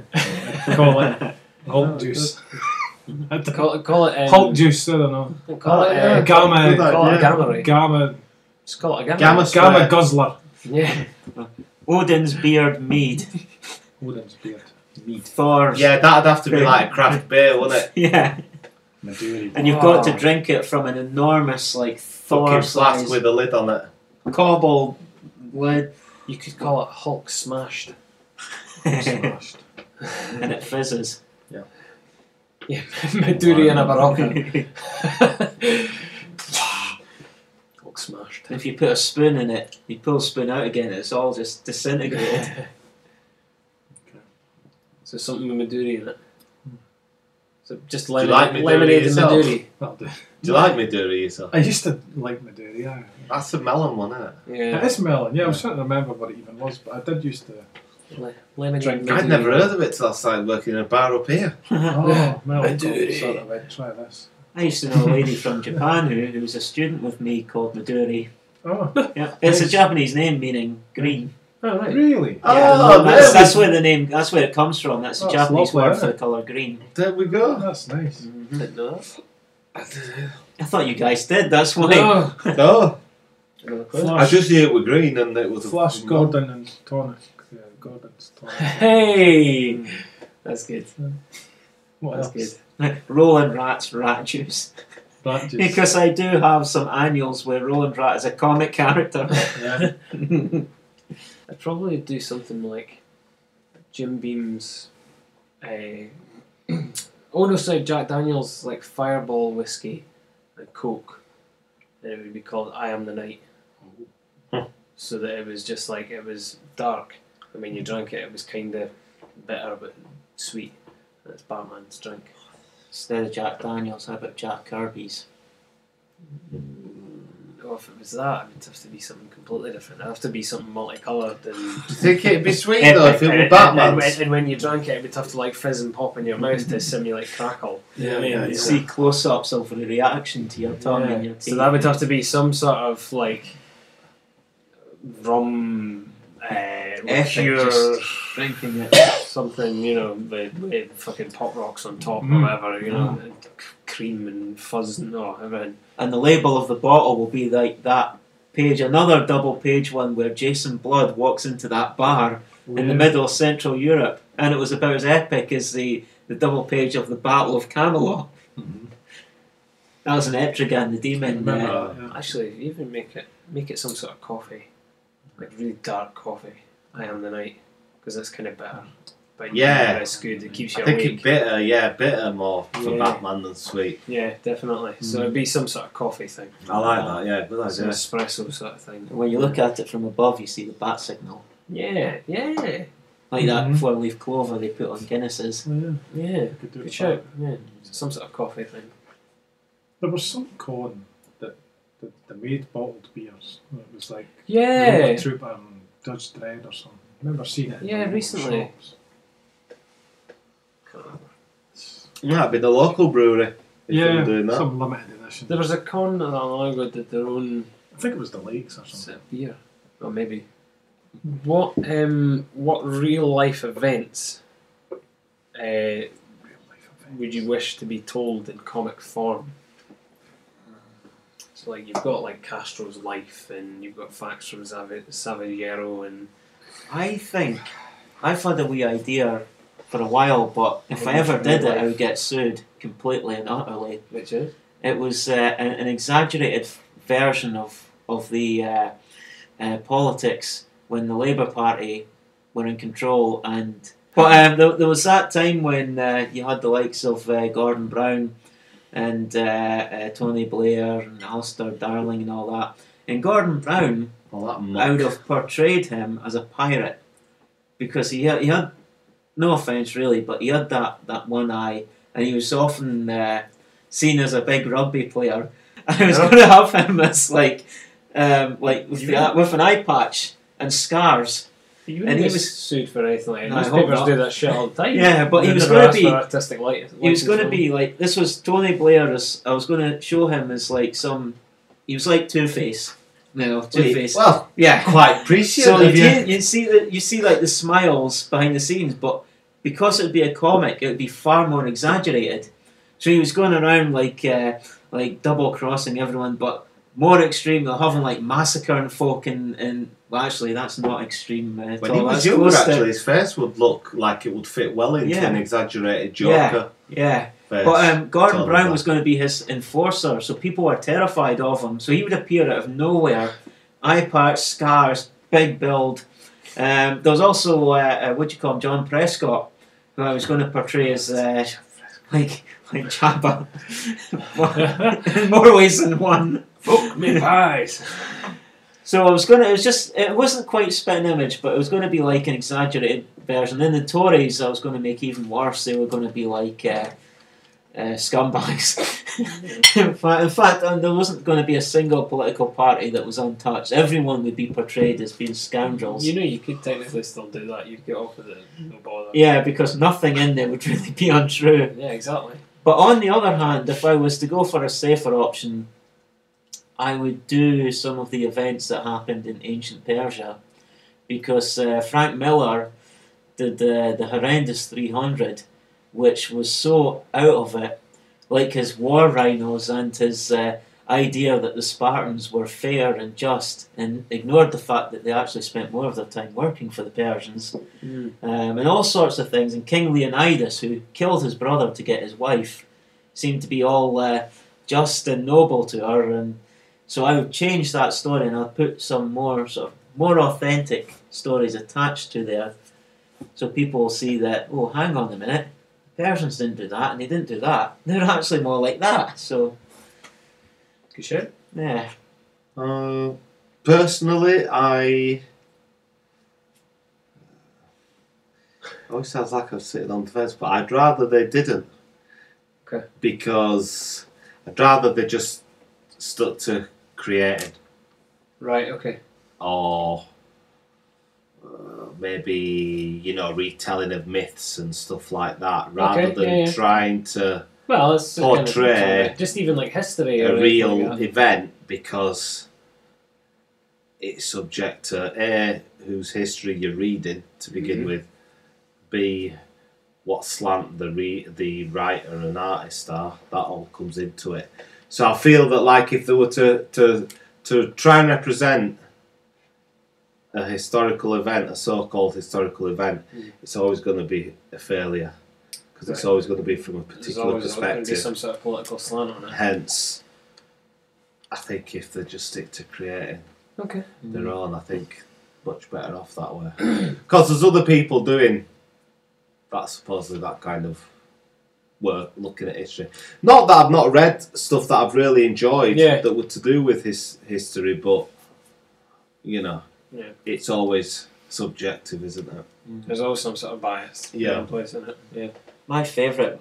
Call it malt juice.
call, call it um,
Hulk juice, I don't know.
Call it uh,
gamma,
Call it gamma ray.
gamma,
Just call it a gamma.
gamma,
ray.
guzzler.
Yeah.
Odin's beard mead.
[laughs] Odin's beard.
Thor's.
Yeah, that'd have to be like craft beer, wouldn't it?
[laughs] Yeah. And you've got to drink it from an enormous, like, Thor
Fucking
size
flask with a lid on it.
cobble lid,
You could call it Hulk smashed.
Smashed.
[laughs] and it fizzes.
Yeah, Midori and a Barocca.
if
[laughs] Hulk smashed.
you put a spoon in it, you pull the spoon out again, it's all just
[laughs]
disintegrated.
So something with Maduri in it. So just
you
lemon,
like Maduri
lemonade and
yourself?
Maduri.
That'll do.
Do you like Midori yourself?
I used to like Maduri, yeah.
That's the melon one, isn't it?
Yeah.
It is melon, yeah. I was trying to remember what it even was, but I did used to.
Le- lemonade.
Drink.
I'd never heard of it till I started working in a bar up here.
Oh, [laughs] melon.
Maduri.
Sort of, I'd try this.
I used to know a lady from Japan who, who was a student with me called Midori.
Oh,
Yeah, it's a
Nice.
Japanese name meaning green.
Oh, right.
[laughs] really?
Yeah,
Oh, there,
that's, that's where the name. That's where it comes from. That's a
That's
Japanese
lovely,
word
isn't
for the
it?
color green.
we, there we go.
Oh, That's nice.
Didn't know that.
I thought you guys did. That's why.
No.
No, I
Flash,
just knew it was green and it was a
Flash Gordon and tonic. Yeah, Gordon's tonic. [laughs]
Hey,
Mm.
that's good.
What [laughs]
That's
else?
good.
Roland Rat's rat juice.
That just-
Because I do have some annuals where Roland Rat is a comic [laughs] character.
yeah.
I'd probably do something like Jim Beam's. Uh, [clears throat] oh no, sorry, Jack Daniel's like Fireball whiskey and Coke, and it would be called "I Am the Night," so that it was just like it was dark. I mean, you drank it; it was kind of bitter but sweet. That's Batman's drink.
Instead of Jack Daniels, how about Jack Kirby's?
Or Oh, if it was that, it'd have to be something completely different. It'd have to be something multicoloured and
Do you think it'd be
[laughs]
sweet though if it
And-
were
and- And
Batman's?
when, and when you drank it, it would have to like fizz and pop in your mouth to simulate crackle. You know what I mean?
Yeah,
You
So-
see close ups of the reaction to your tongue and
yeah.
your teeth.
So that would have to be some sort of like rum, uh,
Ethic,
pure
just drinking it.
something, you know, with, with fucking pop rocks on top
Mm.
or whatever, you know, and c- cream and fuzz and oh, all, everything.
And the label of the bottle will be like that page, another double page one where Jason Blood walks into that bar in the middle of Central Europe, and it was about as epic as the, the double page of the Battle of Camelot. Mm-hmm. That was an Etrigan, the demon.
Remember
Uh,
that, yeah.
Actually, even make it make it some sort of coffee, like really dark coffee. I am the night because that's kind of bitter, but
Yeah.
but it's good. It keeps you
I think
awake.
it bitter, yeah, bitter more for
Yeah.
Batman than sweet.
Yeah, definitely. So it'd be some sort of coffee thing.
I like that, yeah, good
Some
idea.
espresso sort of thing.
When you look at it from above, you see the bat signal.
Yeah, yeah,
Like
Mhm.
that four leaf clover they put on Guinnesses.
Oh, yeah.
yeah.
Could do
Good
it fine.
shout. Yeah, some sort of coffee thing.
There was some corn that, that they made bottled beers. It was like
Yeah,
Rover Trooper and Judge Dredd um, or something. I remember seeing it. in
Yeah,
local
recently.
shops.
Yeah, it'd be the local brewery if they
Yeah,
were doing that.
some limited edition.
there was a con not that long ago did their own
I think it was the lakes or something.
set of beer, or maybe. What um what real life events uh,
Real life event.
would you wish to be told in comic form? So like you've got like Castro's life, and you've got facts from Sav- Savariero, and
I think I've had a wee idea for a while, but if I ever did it, I would get sued completely and utterly.
which is
It was uh, an, an exaggerated version of of the uh, uh, politics when the Labour Party were in control, and but um, there, there was that time when uh, you had the likes of uh, Gordon Brown and uh, uh, Tony Blair and Alistair Darling and all that. And Gordon Brown,
Well, that
I would
muck.
have portrayed him as a pirate because he had, he had no offense really, but he had that, that one eye, and he was often uh, seen as a big rugby player. [laughs] I was
Yeah.
going to have him as like um, like with,
Yeah.
the, with an eye patch and scars.
You
And
and
he
he was
was-
sued for anything like
No, I
that.
hope
Newspapers
not.
do that shit all the time.
Yeah, but he
They
was
never
gonna
ask
be-
for artistic light.
He was going to be like this was Tony Blair. As I was going to show him as like some, he was like Two Face. No, Two Face.
Well,
Yeah,
quite appreciate
So
it of
you,
you.
you, see the you see like the smiles behind the scenes, but because it'd be a comic, it'd be far more exaggerated. So he was going around like uh, like double crossing everyone, but more extreme. They're having like massacring folk, and, and well, actually, that's not extreme. Uh, at
When
all.
he was
That's
younger,
close to-
actually, his face would look like it would fit well into
Yeah.
an exaggerated Joker.
Yeah, yeah.
face.
But um,
That's
Gordon
all
Brown
that.
was going to be his enforcer, so people were terrified of him. So he would appear out of nowhere, eye patch, scars, big build. Um, there was also uh, uh, what do you call him, John Prescott, who I was going to portray as uh, [laughs] like like Jabba, in more ways than one.
Fuck me pies.
So I was gonna. It was just. It wasn't quite spit and image, but it was going to be like an exaggerated version. Then the Tories, I was going to make even worse. They were going to be like uh,
[laughs]
uh, scumbags. in fact, in fact, um, there wasn't going to be a single political party that was untouched. Everyone would be portrayed as being scoundrels.
You know, you could technically still do that. You'd get off with it, no bother.
Yeah, because nothing in there would really be untrue.
Yeah, exactly.
But on the other hand, if I was to go for a safer option, I would do some of the events that happened in ancient Persia, because uh, Frank Miller did uh, the horrendous 300, which was so out of it, like his war rhinos and his uh, idea that the Spartans were fair and just, and ignored the fact that they actually spent more of their time working for the Persians um, and all sorts of things. And King Leonidas, who killed his brother to get his wife, seemed to be all uh, just and noble to her. And so I would change that story and I'll put some more sort of more authentic stories attached to there, so people will see that. Oh, hang on a minute, Persians didn't do that, and they didn't do that. [laughs] They're actually more like that. So
Good shit.
yeah,
Uh, personally, I. Oh, It always sounds like I'm sitting on the fence, but I'd rather they didn't.
Okay.
Because I'd rather they just stuck to creating
Right. Okay.
or uh, maybe, you know, retelling of myths and stuff like that rather
Okay,
than
yeah, yeah.
trying to
Well, that's kind of-
Portray
just even like history or
a
anything
real
like uh, that.
event because it's subject to A, whose history you're reading to begin
Mhm.
with, B, what slant the re- the writer and artist are. That all comes into it. So I feel that like if they were to to to try and represent a historical event, a so-called historical event, it's always going to be a failure because it's
Mm. Right.
always going to be from a
There's
particular
always going to be
perspective.
some sort of political slant on it.
Hence, I think if they just stick to creating
Okay.
their own, I think much better off that way. [clears throat] Because there's other people doing that supposedly that kind of work, looking at history. Not that I've not read stuff that I've really enjoyed
Yeah.
that were to do with his history, but you know,
Yeah.
it's always subjective, isn't it?
There's always some sort of bias.
Yeah.
In place in it. Yeah.
my favourite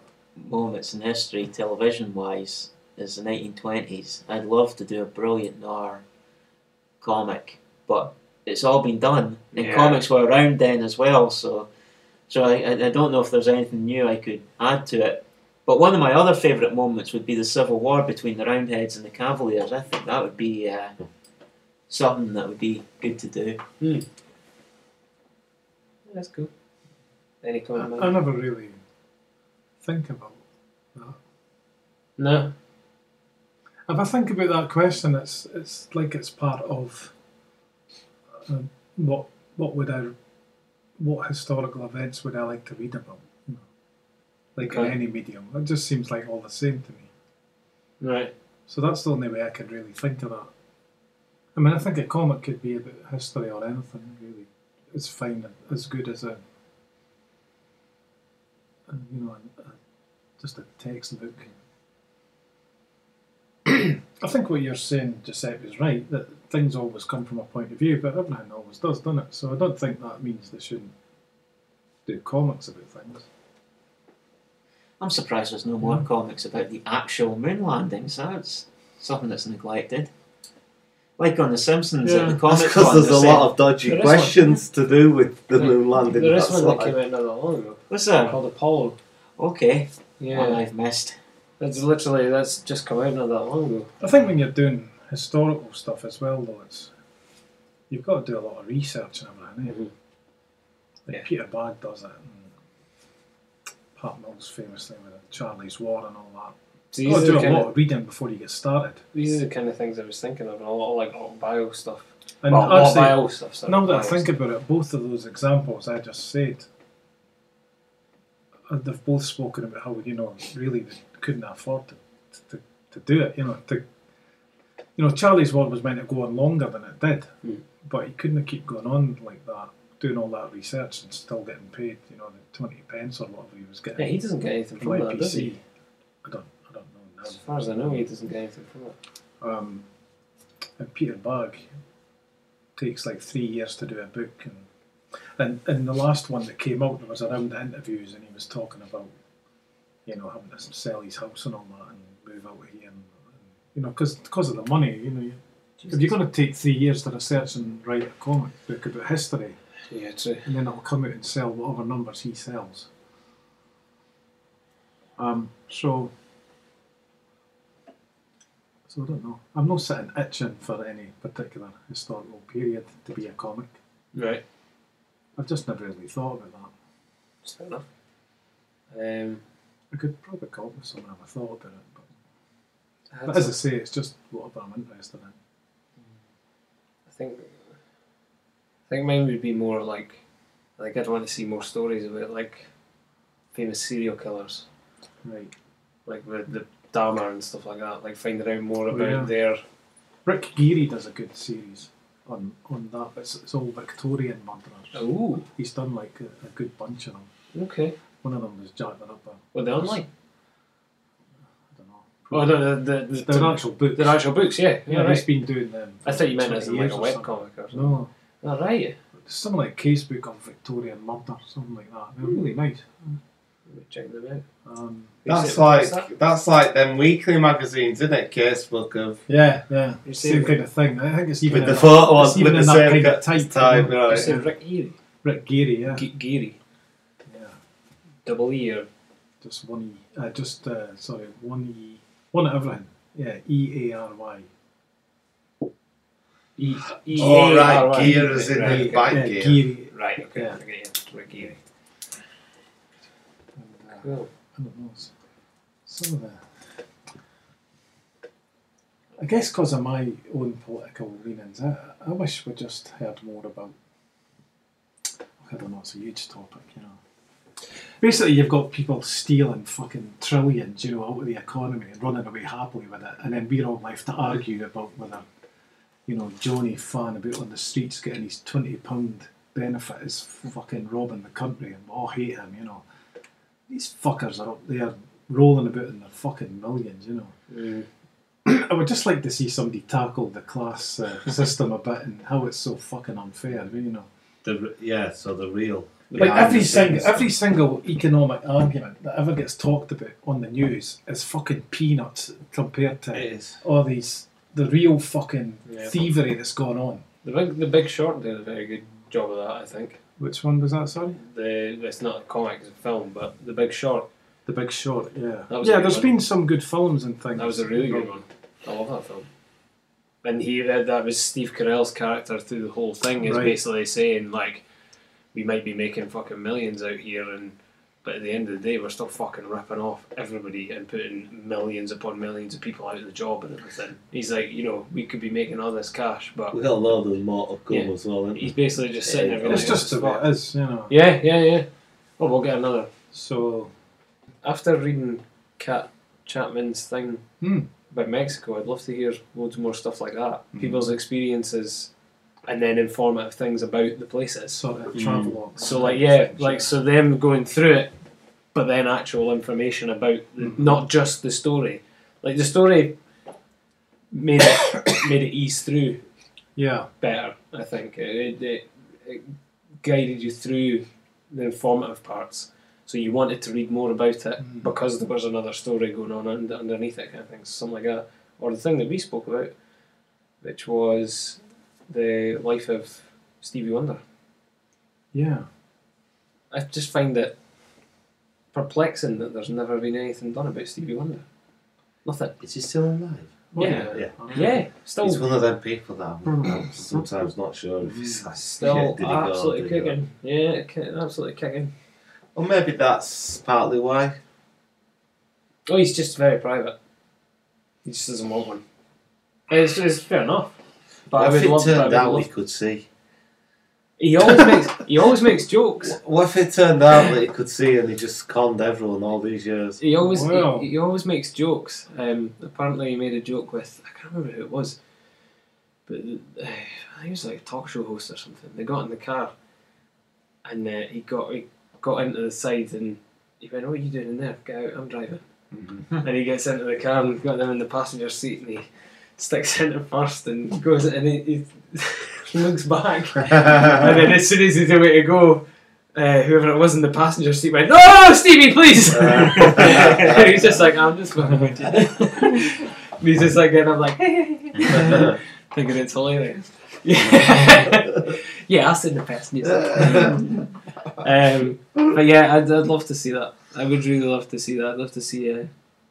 moments in history, television-wise, is the 1920s. I'd love to do a brilliant noir comic, but it's all been done, and
Yeah.
comics were around then as well. So, so I, I I don't know if there's anything new I could add to it. But one of my other favourite moments would be the civil war between the Roundheads and the Cavaliers. I think that would be uh, something that would be good to do.
That's cool. Any
I,
Uh,
comment?
I never really think about
no.
If I think about that question, it's it's like it's part of um, what what would I what historical events would I like to read about? you know? Like in
Okay.
any medium, it just seems like all the same to me.
Right.
So that's the only way I could really think of that. I mean, I think a comic could be about history or anything really. It's fine, as good as a, a you know, a, a, just a textbook. [clears throat] I think what you're saying, Giuseppe, is right. That things always come from a point of view, but everything always does, doesn't it? So I don't think that means they shouldn't do comics about things.
I'm surprised there's no more comics about the actual moon landings. That's something that's neglected. Like on The Simpsons at the
[laughs]
comic
Because
Con,
there's
they
a
said-
lot of dodgy
There is one.
questions to do with the
There-
moon landing.
There is
that's
one that
why.
came out not that long ago
What's that?
called Apollo.
Okay,
Yeah.
one I've missed.
That's literally that's just come out not that long ago.
I think when you're doing historical stuff as well, though, it's you've got to do a lot of research and everything. eh? Like Peter Bagg does it, and Hartnell's famous thing with Charlie's War and all that.
Oh,
So
you got
these
to
are
do a
the
lot
kinda-
of reading before you get started.
These are the kind of things I was thinking of, and a lot of like lot bio stuff.
And
Well, lot
actually,
bio stuff. sorry,
now that I
bio
think
stuff.
about it, both of those examples I just said, uh, they've both spoken about how you know really they couldn't afford to, to, to do it. You know, to you know, Charlie's War was meant to go on longer than it did,
Hmm.
but he couldn't keep going on like that, doing all that research and still getting paid. You know, the twenty pence or whatever he was getting.
Yeah, he doesn't get anything from that, does he?
I don't, I don't know. Now.
As far as I know, he doesn't get anything from it.
Um, and Peter Berg takes like three years to do a book, and and, and the last one that came out there was a round of interviews, and he was talking about you know having to sell his house and all that, and move out of here, and, and you know because of the money, you know. You, if you're going to take three years to research and write a comic book about history,
yeah, true.
and then it'll come out and sell whatever numbers he sells. Um, so, so I don't know. I'm not sitting itching for any particular historical period to be a comic.
Right.
I've just never really thought about that.
That's fair enough. Um,
I could probably come up with something if I thought about it,
I
but, but as I say, it's just whatever I'm interested in.
I think I think mine would be more like like I'd want to see more stories about like famous serial killers,
right?
Like the the Dahmer and stuff like that. Like finding out more
Oh,
about
yeah.
their
Rick Geary does a good series on on that, but it's, it's all Victorian murderers.
Oh,
he's done like a, a good bunch of them.
okay.
One of them was jacking up a
Well, they're online.
I
Oh,
don't know.
no, the, the, the,
They're actual books.
They're actual books, yeah. yeah, right.
he's been doing them.
I thought you meant as in like a
20
web
years or
comic or something.
No,
All right.
something like case book on Victorian murder, something like that. They're really nice.
Check them
out. Um,
That's like that's like them weekly magazines, isn't it? Casebook of
yeah, yeah,
You see
same
it-
kind of thing. I think it's
With
even
the
in that-
photo
it's
on-
even
with
in
the
that
same
kind of
cut-
type.
type,
you know?
right.
You said Rick Geary.
Rick Geary, yeah,
Ge- Geary.
Yeah.
Double E or
just one e, uh, just uh, sorry, one e, one of everything. Yeah, E A R Y. E.
E-
Oh, right,
A- R-
gear is in
Right,
the
okay.
bike
Yeah,
gear.
Geary.
Right, okay.
Yeah.
I get you. Rick Geary. Cool.
I don't know. s- Some of the. I guess because of my own political leanings, I, I wish we just heard more about. I don't know, it's a huge topic, you know. Basically, you've got people stealing fucking trillions, you know, out of the economy and running away happily with it, and then we're all left to argue about whether, you know, Johnny Fan about on the streets getting his £20 benefit is fucking robbing the country and we all hate him, you know these fuckers are up there rolling about in their fucking millions, you know. Mm. I would just like to see somebody tackle the class [laughs] uh, system a bit and how it's so fucking unfair, you know.
the r- yeah, so the real.
Like
behind
every
the
single
scenes.
every single economic argument that ever gets talked about on the news is fucking peanuts compared
It
to
is.
all these the real fucking
Yeah.
thievery that's gone on.
The big, the big Short did a very good job of that, I think.
Which one was that? Sorry,
The it's not a comic, it's a film, but The Big Short.
The Big Short. Yeah,
That was a
yeah.
good
There's
one.
been some good films and things.
That was a really good one. I love that film. And he that, that was Steve Carell's character through the whole thing is
Right.
basically saying like, we might be making fucking millions out here, and but at the end of the day, we're still fucking ripping off everybody and putting millions upon millions of people out of the job and everything. He's like, you know, we could be making all this cash, but
We got a lot of them more up
Yeah.
as well, isn't
he's basically just sitting there. going,
It's just the way it is, you know.
Yeah, yeah, yeah. Oh, we'll get another.
So
After reading Cat Chapman's thing
Hmm.
about Mexico, I'd love to hear loads more stuff like that. People's experiences and then informative things about the places.
sort of travelogue.
Mm. So like yeah, like so them going through it, but then actual information about the, not just the story. Like the story made it [coughs] made it ease through
Yeah,
better. I think it, it, it guided you through the informative parts, so you wanted to read more about it
Mm-hmm.
because there was another story going on und- underneath it, kind of thing, something like that. Or the thing that we spoke about, which was the life of Stevie Wonder.
yeah.
I just find it perplexing that there's never been anything done about Stevie Wonder. Nothing.
Is he still alive?
Oh,
Yeah.
Yeah.
Yeah, still
He's one of them people that I'm, I'm sometimes not sure if he's
Still
did he go,
absolutely
did he go?
kicking. Yeah, ki- absolutely kicking.
Well, maybe that's partly why.
Oh, he's just very private. He just doesn't want one. It's, it's fair enough.
But
I
if
would
it
love I would
turned out we
love-
could see?
He always makes he always makes jokes.
What if it turned out that he could see and he just conned everyone all
[laughs]
these years? [laughs]
He always he-
Wow.
he, always makes jokes. Um, apparently, he made a joke with I can't remember who it was, but uh, I think it was like a talk show host or something. They got in the car, and uh, he got he got into the side and he went, "What are you doing in there? Get out! I'm driving."
Mm-hmm.
and he gets into the car and got them in the passenger seat and he sticks in it first and [laughs] goes and he, he looks back and then as soon as he's away to go uh, whoever it was in the passenger seat went no Stevie please And [laughs] he's just like I'm just fucking with you And [laughs] he's just like and I'm like thinking it's hilarious [laughs] yeah yeah I'll send the
[laughs]
passenger seat um, but yeah, I'd, I'd love to see that. I would really love to see that. I'd love to see uh,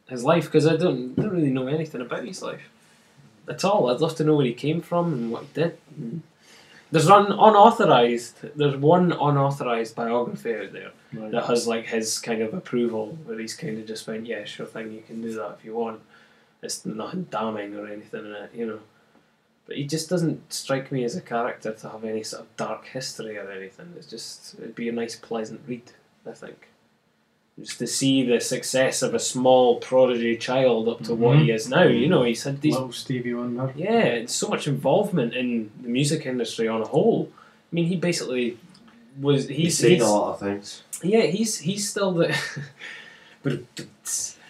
his life because I don't don't really know anything about his life at all. I'd love to know where he came from and what he did. There's an unauthorized. There's one unauthorized biography out there
Right.
that has like his kind of approval, where he's kind of just went, "Yeah, sure thing, you can do that if you want." It's nothing damning or anything in it, you know. But he just doesn't strike me as a character to have any sort of dark history or anything. It's just it'd be a nice, pleasant read, I think. Just to see the success of a small prodigy child up to what he
Mhm.
is now. You know, he's had these
Little Stevie Wonder.
yeah, it's so much involvement in the music industry on a whole. I mean, he basically was he's,
He's seen
he's-
a lot of things.
yeah, he's he's still the. [laughs]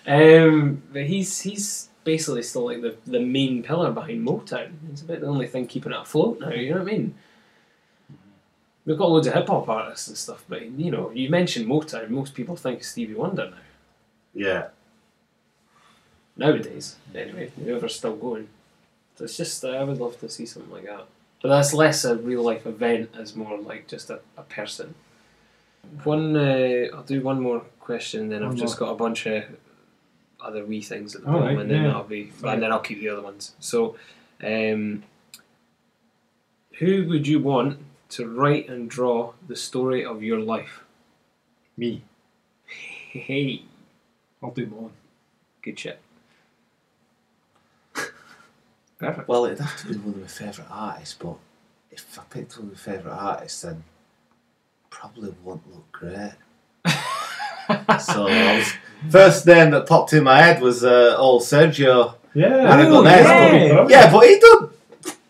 um, but he's he's basically still like the the main pillar behind Motown. It's about the only thing keeping it afloat now. You know what I mean? We've got loads of hip hop artists and stuff, but you know, you mentioned Motown, most people think of Stevie Wonder now.
Yeah.
Nowadays, anyway, whoever's still going. So it's just, uh, I would love to see something like that. But that's less a real life event, as more like just a, a person. One, uh, I'll do one more question, then I've
One
just got a bunch of other wee things at the
All
bottom,
right,
and then
yeah.
I'll be, and then I'll keep the other ones. So, um, who would you want to write and draw the story of your life?
Me.
Hey,
I'll do mine.
good shit.
Well, it'd have to be one of my favourite artists, but if I picked one of my favourite artists, then probably wouldn't look great.
[laughs]
so I was, first name that popped in my head was uh, old Sergio.
Oh, Yeah.
Aragonés,
yeah.
but, yeah, but he don't.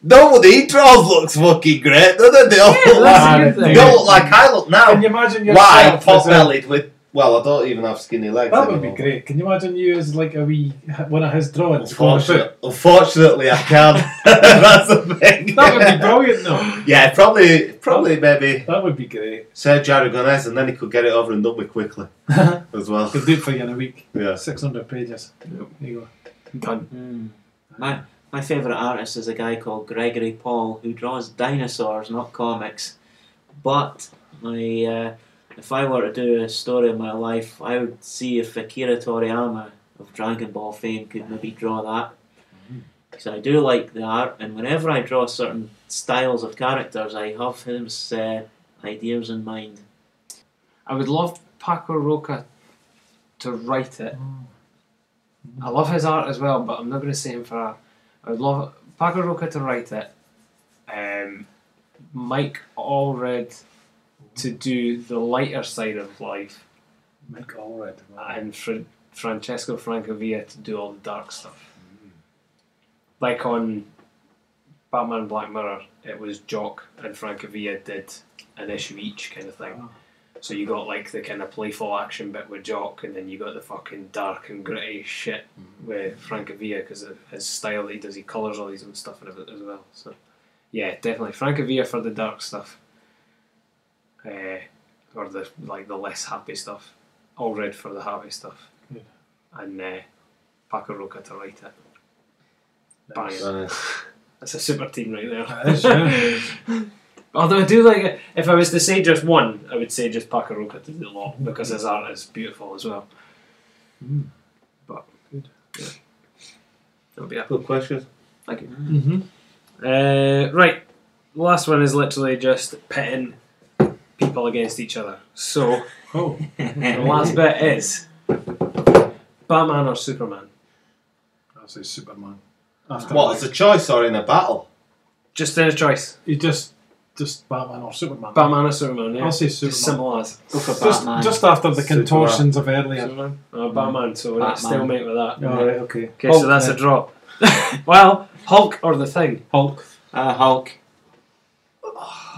Nobody he draws looks fucking great. No, no, they all
Yeah,
look
that's a
like,
good thing.
they all look like I look now.
Can you imagine yourself
Why
as a-
pot bellied with? Well, I don't even have skinny legs.
That would be
anymore.
great. Can you imagine you as like a wee one of his drawings?
Unfortunately, unfortunately, I can't. [laughs] That's the thing.
[laughs] That would be brilliant, though.
Yeah, probably, probably, maybe.
That would be great.
Sergio Aragonés, and then he could get it over and done with
[laughs]
quickly as well.
Could do it for you in a week.
Yeah.
Six hundred pages. There you go.
Done.
My my favourite artist is a guy called Gregory Paul who draws dinosaurs, not comics. But I, uh, if I were to do a story of my life, I would see if Akira Toriyama of Dragon Ball fame could maybe draw that.
Mm-hmm.
Because I do like the art, and whenever I draw certain styles of characters, I have his uh, ideas in mind.
I would love Paco Roca to write it. I love his art as well, but I'm not going to say him for that. I would love Paco Roca to write it. Um, Mike Allred to do the lighter side of life,
Mike Allred.
and Fra- Francesco Francavilla to do all the dark stuff.
Mm.
Like on Batman Black Mirror, it was Jock and Francavilla did an issue each kind of
Ah.
thing. So you got like the kind of playful action bit with Jock, and then you got the fucking dark and gritty shit
Mm-hmm.
with Francavilla because of his style that he does. He colours all his own stuff and everything as well. So yeah, definitely Francavilla for the dark stuff, uh, or the like the less happy stuff. All red for the happy stuff,
Good.
and uh, Paco Roca to write it. Bang.
Nice.
That's a super team right there.
That is,
[laughs]
yeah.
Although I do like it, if I was to say just one, I would say just Pakaroka to the lot because his art is beautiful as well.
Mm.
But
Good.
yeah. that would be it.
Good question.
Thank you.
Mm-hmm.
Uh, right, last one is literally just pitting people against each other. So,
Oh,
the
[laughs]
last bit is Batman or Superman?
I'll say Superman.
What, as a choice or in a battle?
Just in a choice.
You just, just Batman or Superman.
Batman or Superman? Yeah.
I'll say
Just
Superman.
Simple as.
Go for Just- Batman. just after the contortions of earlier.
Superman? Oh, Batman. So we're at
Batman.
stalemate with that.
Yeah, right, okay.
Okay,
Hulk
so that's
then.
a draw. [laughs] well, Hulk or the Thing?
Hulk.
Uh, Hulk.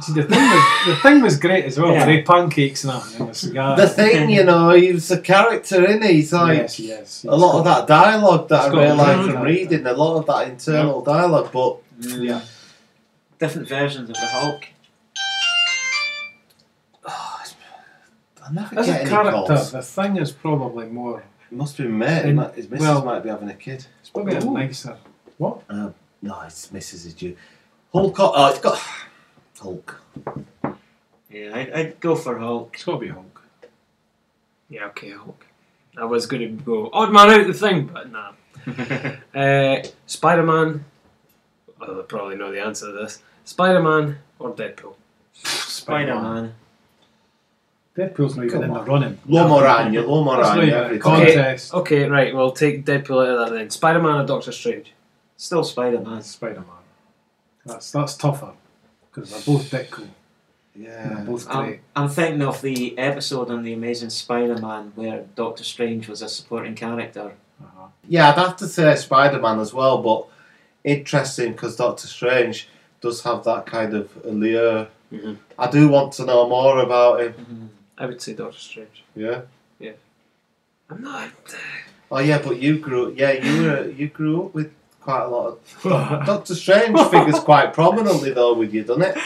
See, the thing was, the thing was great as well.
Yeah.
Yeah. They pancakes and that, and the cigar.
The thing, you know, he was a character, isn't he? He's like
Yes, yes,
a lot of that dialogue that
he's
I
got
realised
a-
from reading, a lot of that internal dialogue, but
yeah.
Different versions of the Hulk.
I never
As
get
a
any
character,
calls.
the thing is probably more.
It must be mate.
In-
might- his missus
well-
might be having a kid.
It's probably a
Ooh.
nicer. What?
Um, no, his missus is due. Hulk. Oh, it's got [sighs] Hulk.
Yeah, I'd, I'd go for Hulk.
It's got to be Hulk.
Yeah, okay, Hulk. I was going to go odd man out the Thing, but [laughs] nah. uh, Spider Man. I probably know the answer to this. Spider Man or Deadpool?
Spider Man.
Deadpool's not even in the running.
Lomoran, you
That's not
Lomoran.
even
every
a
time.
contest.
Okay, okay, right. We'll take Deadpool out of that then. Spider Man or Doctor Strange?
Still Spider Man.
Spider Man. That's that's tougher because they're both Deadpool.
Yeah. Um,
They're both
I'm,
great.
I'm thinking of the episode on The Amazing Spider Man where Doctor Strange was a supporting character.
Yeah, I'd have to say Spider Man as well, but interesting because Doctor Strange does have that kind of allure.
Mhm.
I do want to know more about him.
I would say Doctor Strange.
Yeah.
I'm not.
Oh yeah, but you grew. Yeah, you were. You grew up with quite a lot of Doctor Strange figures quite prominently though with you, doesn't it,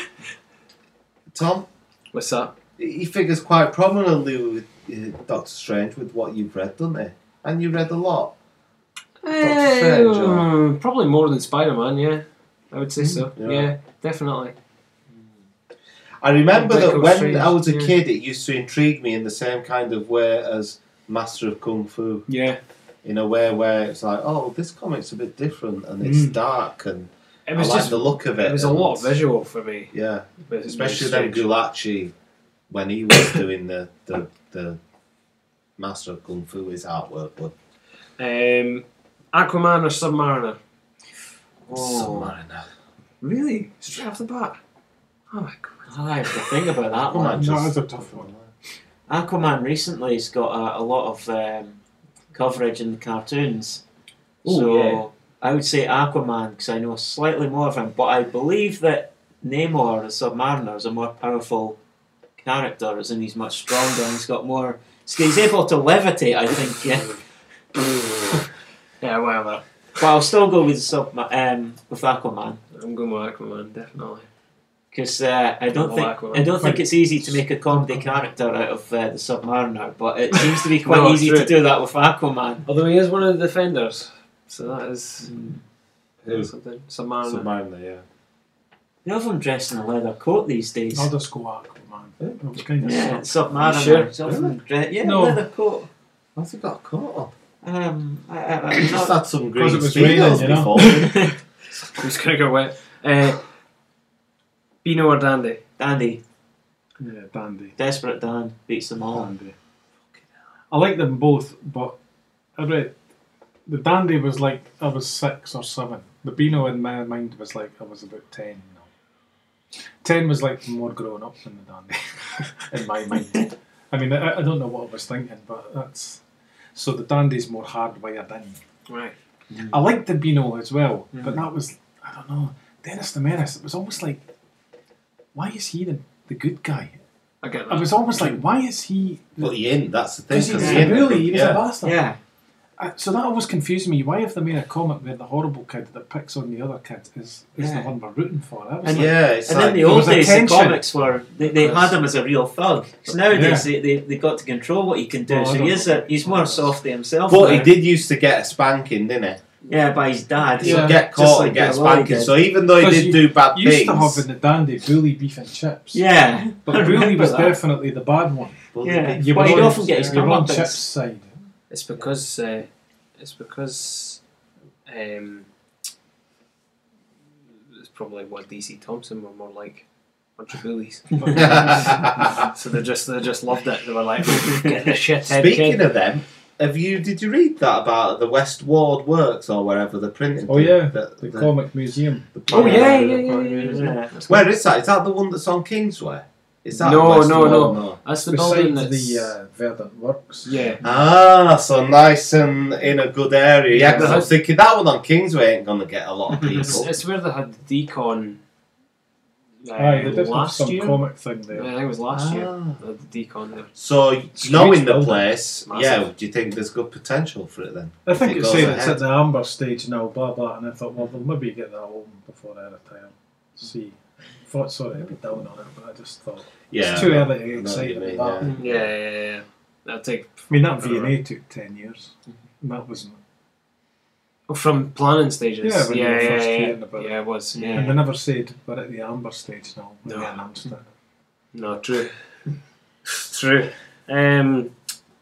Tom?
What's that?
He figures quite prominently with uh, Doctor Strange with what you've read, doesn't he? And you read a lot. Doctor Strange, or-
Um, probably more than Spider Man. Yeah, I would say so.
Yeah.
Yeah, definitely.
I remember
Doctor
that when
Strange,
I was a
yeah.
kid, it used to intrigue me in the same kind of way as Master of Kung Fu.
Yeah.
In a way where it's like, oh, this comic's a bit different and it's
Mm.
dark and
It was
I like
just
the look of it.
It was a
and-
lot of visual for me.
Yeah.
But it's
Especially then
very
Gulachi, when he was [coughs] doing the, the, the Master of Kung Fu, his artwork. But
Um, Aquaman or Submariner?
Oh.
Oh. Submariner.
Really? Straight off the bat. Oh my god.
I have to think about that
Come on,
one.
just-
That's a tough one.
Aquaman recently has got a, a lot of um, coverage in the cartoons.
Ooh,
so
yeah.
I would say Aquaman because I know slightly more of him, but I believe that Namor, the Submariner, is a more powerful character, as in he's much stronger and he's got more. so He's able to levitate, I think, yeah.
Yeah, whatever.
But I'll still go with sub um, with Aquaman
I'm going with Aquaman, definitely.
because uh, I don't
Well,
think
Aquaman.
I don't think it's easy to make a comedy character out of uh, the Submariner, but it seems to be quite
No,
easy
true.
to do that with Aquaman.
Although he is one of the defenders, so that is
Who?
something. Submariner. [laughs]
Submariner, yeah.
They have them dressed in a leather coat these days.
I'll just go Aquaman. It was kind of
Yeah,
You sure?
Submariner. Sure? yeah,
No.
leather coat.
Why's he got a coat on?
Um, I, I,
He
I'm
just
not,
had some green
Because it was raining,
speedos
you know.
before.
Who's gonna go wet? Uh, Bino or Dandy?
Dandy,
yeah, dandy.
desperate Dan beats them all.
Dandy. I like them both, but I read the dandy was like I was six or seven. The Beano in my mind was like I was about ten. You know. Ten was like more grown up than the dandy [laughs] in my mind. I mean, I, I don't know what I was thinking, but that's so the dandy's more hardwired in.
Right.
I liked the Beano as well, but that was I don't know. Dennis the Menace. It was almost like, why is he the the good guy?
I get
I
that.
was almost like, why is he?
But he ain't, that's the thing.
Because he was
'cause
a
ain't
bully, he was
yeah.
a bastard.
Yeah,
I, Uh, so that always confused me. Why have they made a comic where the horrible kid that picks on the other kid is, is
Yeah.
the one we're rooting for? I was
And
like,
Yeah, it's
and
like,
in the old
was a
days, the
tension.
comics were they, they had him as a real thug. 'Cause nowadays they, they they got to control what he can do.
Well, I
so
don't
he is a, he's more softy himself.
But he
now.
did used to get a spanking, didn't
Yeah, by his dad.
he? He'd
Yeah.
get
Just
caught
like
and get a
Bill Lally
spanking.
did.
So even though he
Because
did
you-
do bad
used
things,
to have in the dandy bully beef and chips.
Yeah, I
But bully
remember
was
that.
definitely the bad one.
bully
Yeah,
beef.
you
were
but he'd
on-
often get his
you were
gun
on
up.
chips side.
It's because uh, it's because um, it's probably what DC Thompson were more like. bunch of bullies. so they
[laughs]
just they just loved it. They were like, get the shit head
Speaking
kid.
of them, have you? Did you read that about the West Ward Works or wherever they're printing?
Oh yeah,
the,
the, comic museum.
Oh, yeah, yeah, yeah,
Where is that? Is that the one that's on Kingsway? Is that
No,
West
no,
Ward?
no. That's the
Beside
building
the
that's-
uh, Verdant Works.
Yeah.
Ah, so nice and in a good area. Yeah, because I was
Yeah.
thinking that one on Kingsway ain't gonna get a lot of
It's,
people.
it's where they had the decon. Uh,
Aye, they did have
last
some
year.
comic thing there.
Yeah, I think it was last year.
Ah.
They had the decon there.
so
Huge
knowing the
building.
place,
Massive.
yeah, do you think there's good potential for it then?
I think
If
it
goes
said it's
ahead?
at the Amber stage now, blah blah, and I thought, well, they'll maybe get that open before I retire. See, thought sorry, I'd be down on it, but I just thought
Yeah,
it's too
I know-
early to
I know
get
what
excited
you mean,
about that.
yeah.
Yeah, yeah, yeah. That'll take.
I mean, that V and A took ten years, and that wasn't.
Oh, from planning stages.
Yeah, when you
yeah,
were
yeah,
first
yeah,
hearing about
yeah, it was. Yeah,
And they never said we're at the Amber stage now when
No.
they announced it.
no, true, [laughs] true. Um,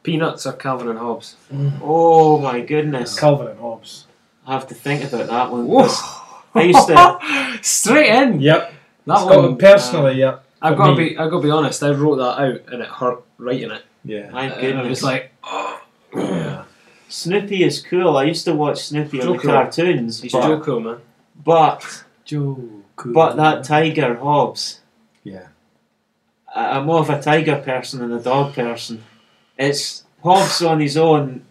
peanuts or Calvin and Hobbes?
Oh my goodness.
Calvin and Hobbes.
I have to think about that one.
Whoa. Uh,
'cause I used
[laughs]
to.
Straight in.
Yep.
That
It's got
one
uh,
personally, yeah.
I've
for
got to
me.
be. I've got to be honest. I wrote that out, and it hurt writing it.
Yeah.
My
And I was
goodness.
like,
Snoopy is cool. I used to watch Snoopy on the
Joker.
cartoons.
"He's
but,
Joe cool, man."
but
Joe.
but that tiger Hobbs.
Yeah.
I- I'm more of a tiger person than a dog person. It's Hobbs on his own.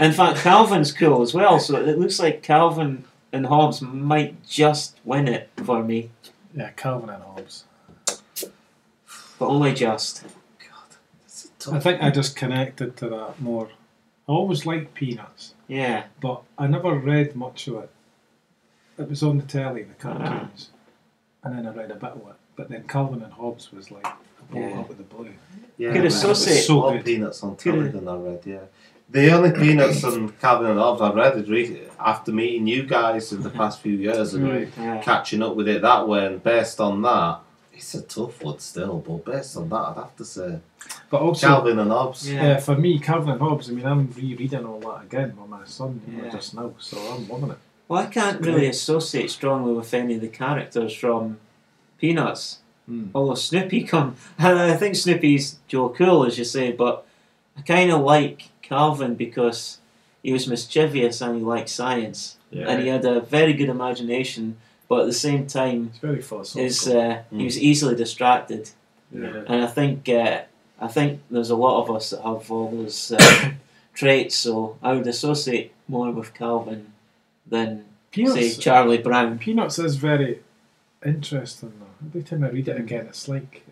In fact, Calvin's cool as well. So it looks like Calvin and Hobbs might just win it for me,
Yeah, Calvin and Hobbes.
but only just.
I think I just connected to that more. I always liked Peanuts,
Yeah.
but I never read much of it. It was on the telly, the cartoons, and then I read a bit of it. But then Calvin and Hobbes was like a blow
Yeah.
up with the blue.
Yeah,
Could
man,
associate-
there's so
Could-
more peanuts on Telegram I read. Yeah, the only peanuts and Calvin and Hobbes I read is re- after meeting you guys
[laughs]
in the past few years and
Right.
Yeah.
catching up with it that way. And based on that, it's a tough one still. But based on that, I'd have to say
But also,
Calvin and Hobbes.
Yeah.
yeah, for me, Calvin and Hobbes. I mean, I'm rereading all that again with my son you know,
Yeah.
just now, so I'm loving it.
Well, I can't really associate strongly with any of the characters from Peanuts.
Mm.
Although Snoopy come, [laughs] and I think Snoopy's Joe Cool, as you say, but I kind of like Calvin because he was mischievous and he liked science, and he had a very good imagination, but at the same time,
It's very philosophical.
is uh, he was easily distracted,
yeah.
and I think uh, I think there's a lot of us that have all those uh, [coughs] traits, so I would associate more with Calvin than say
Peanuts.
Charlie Brown.
Peanuts is very interesting though. Every time I read it again, it's like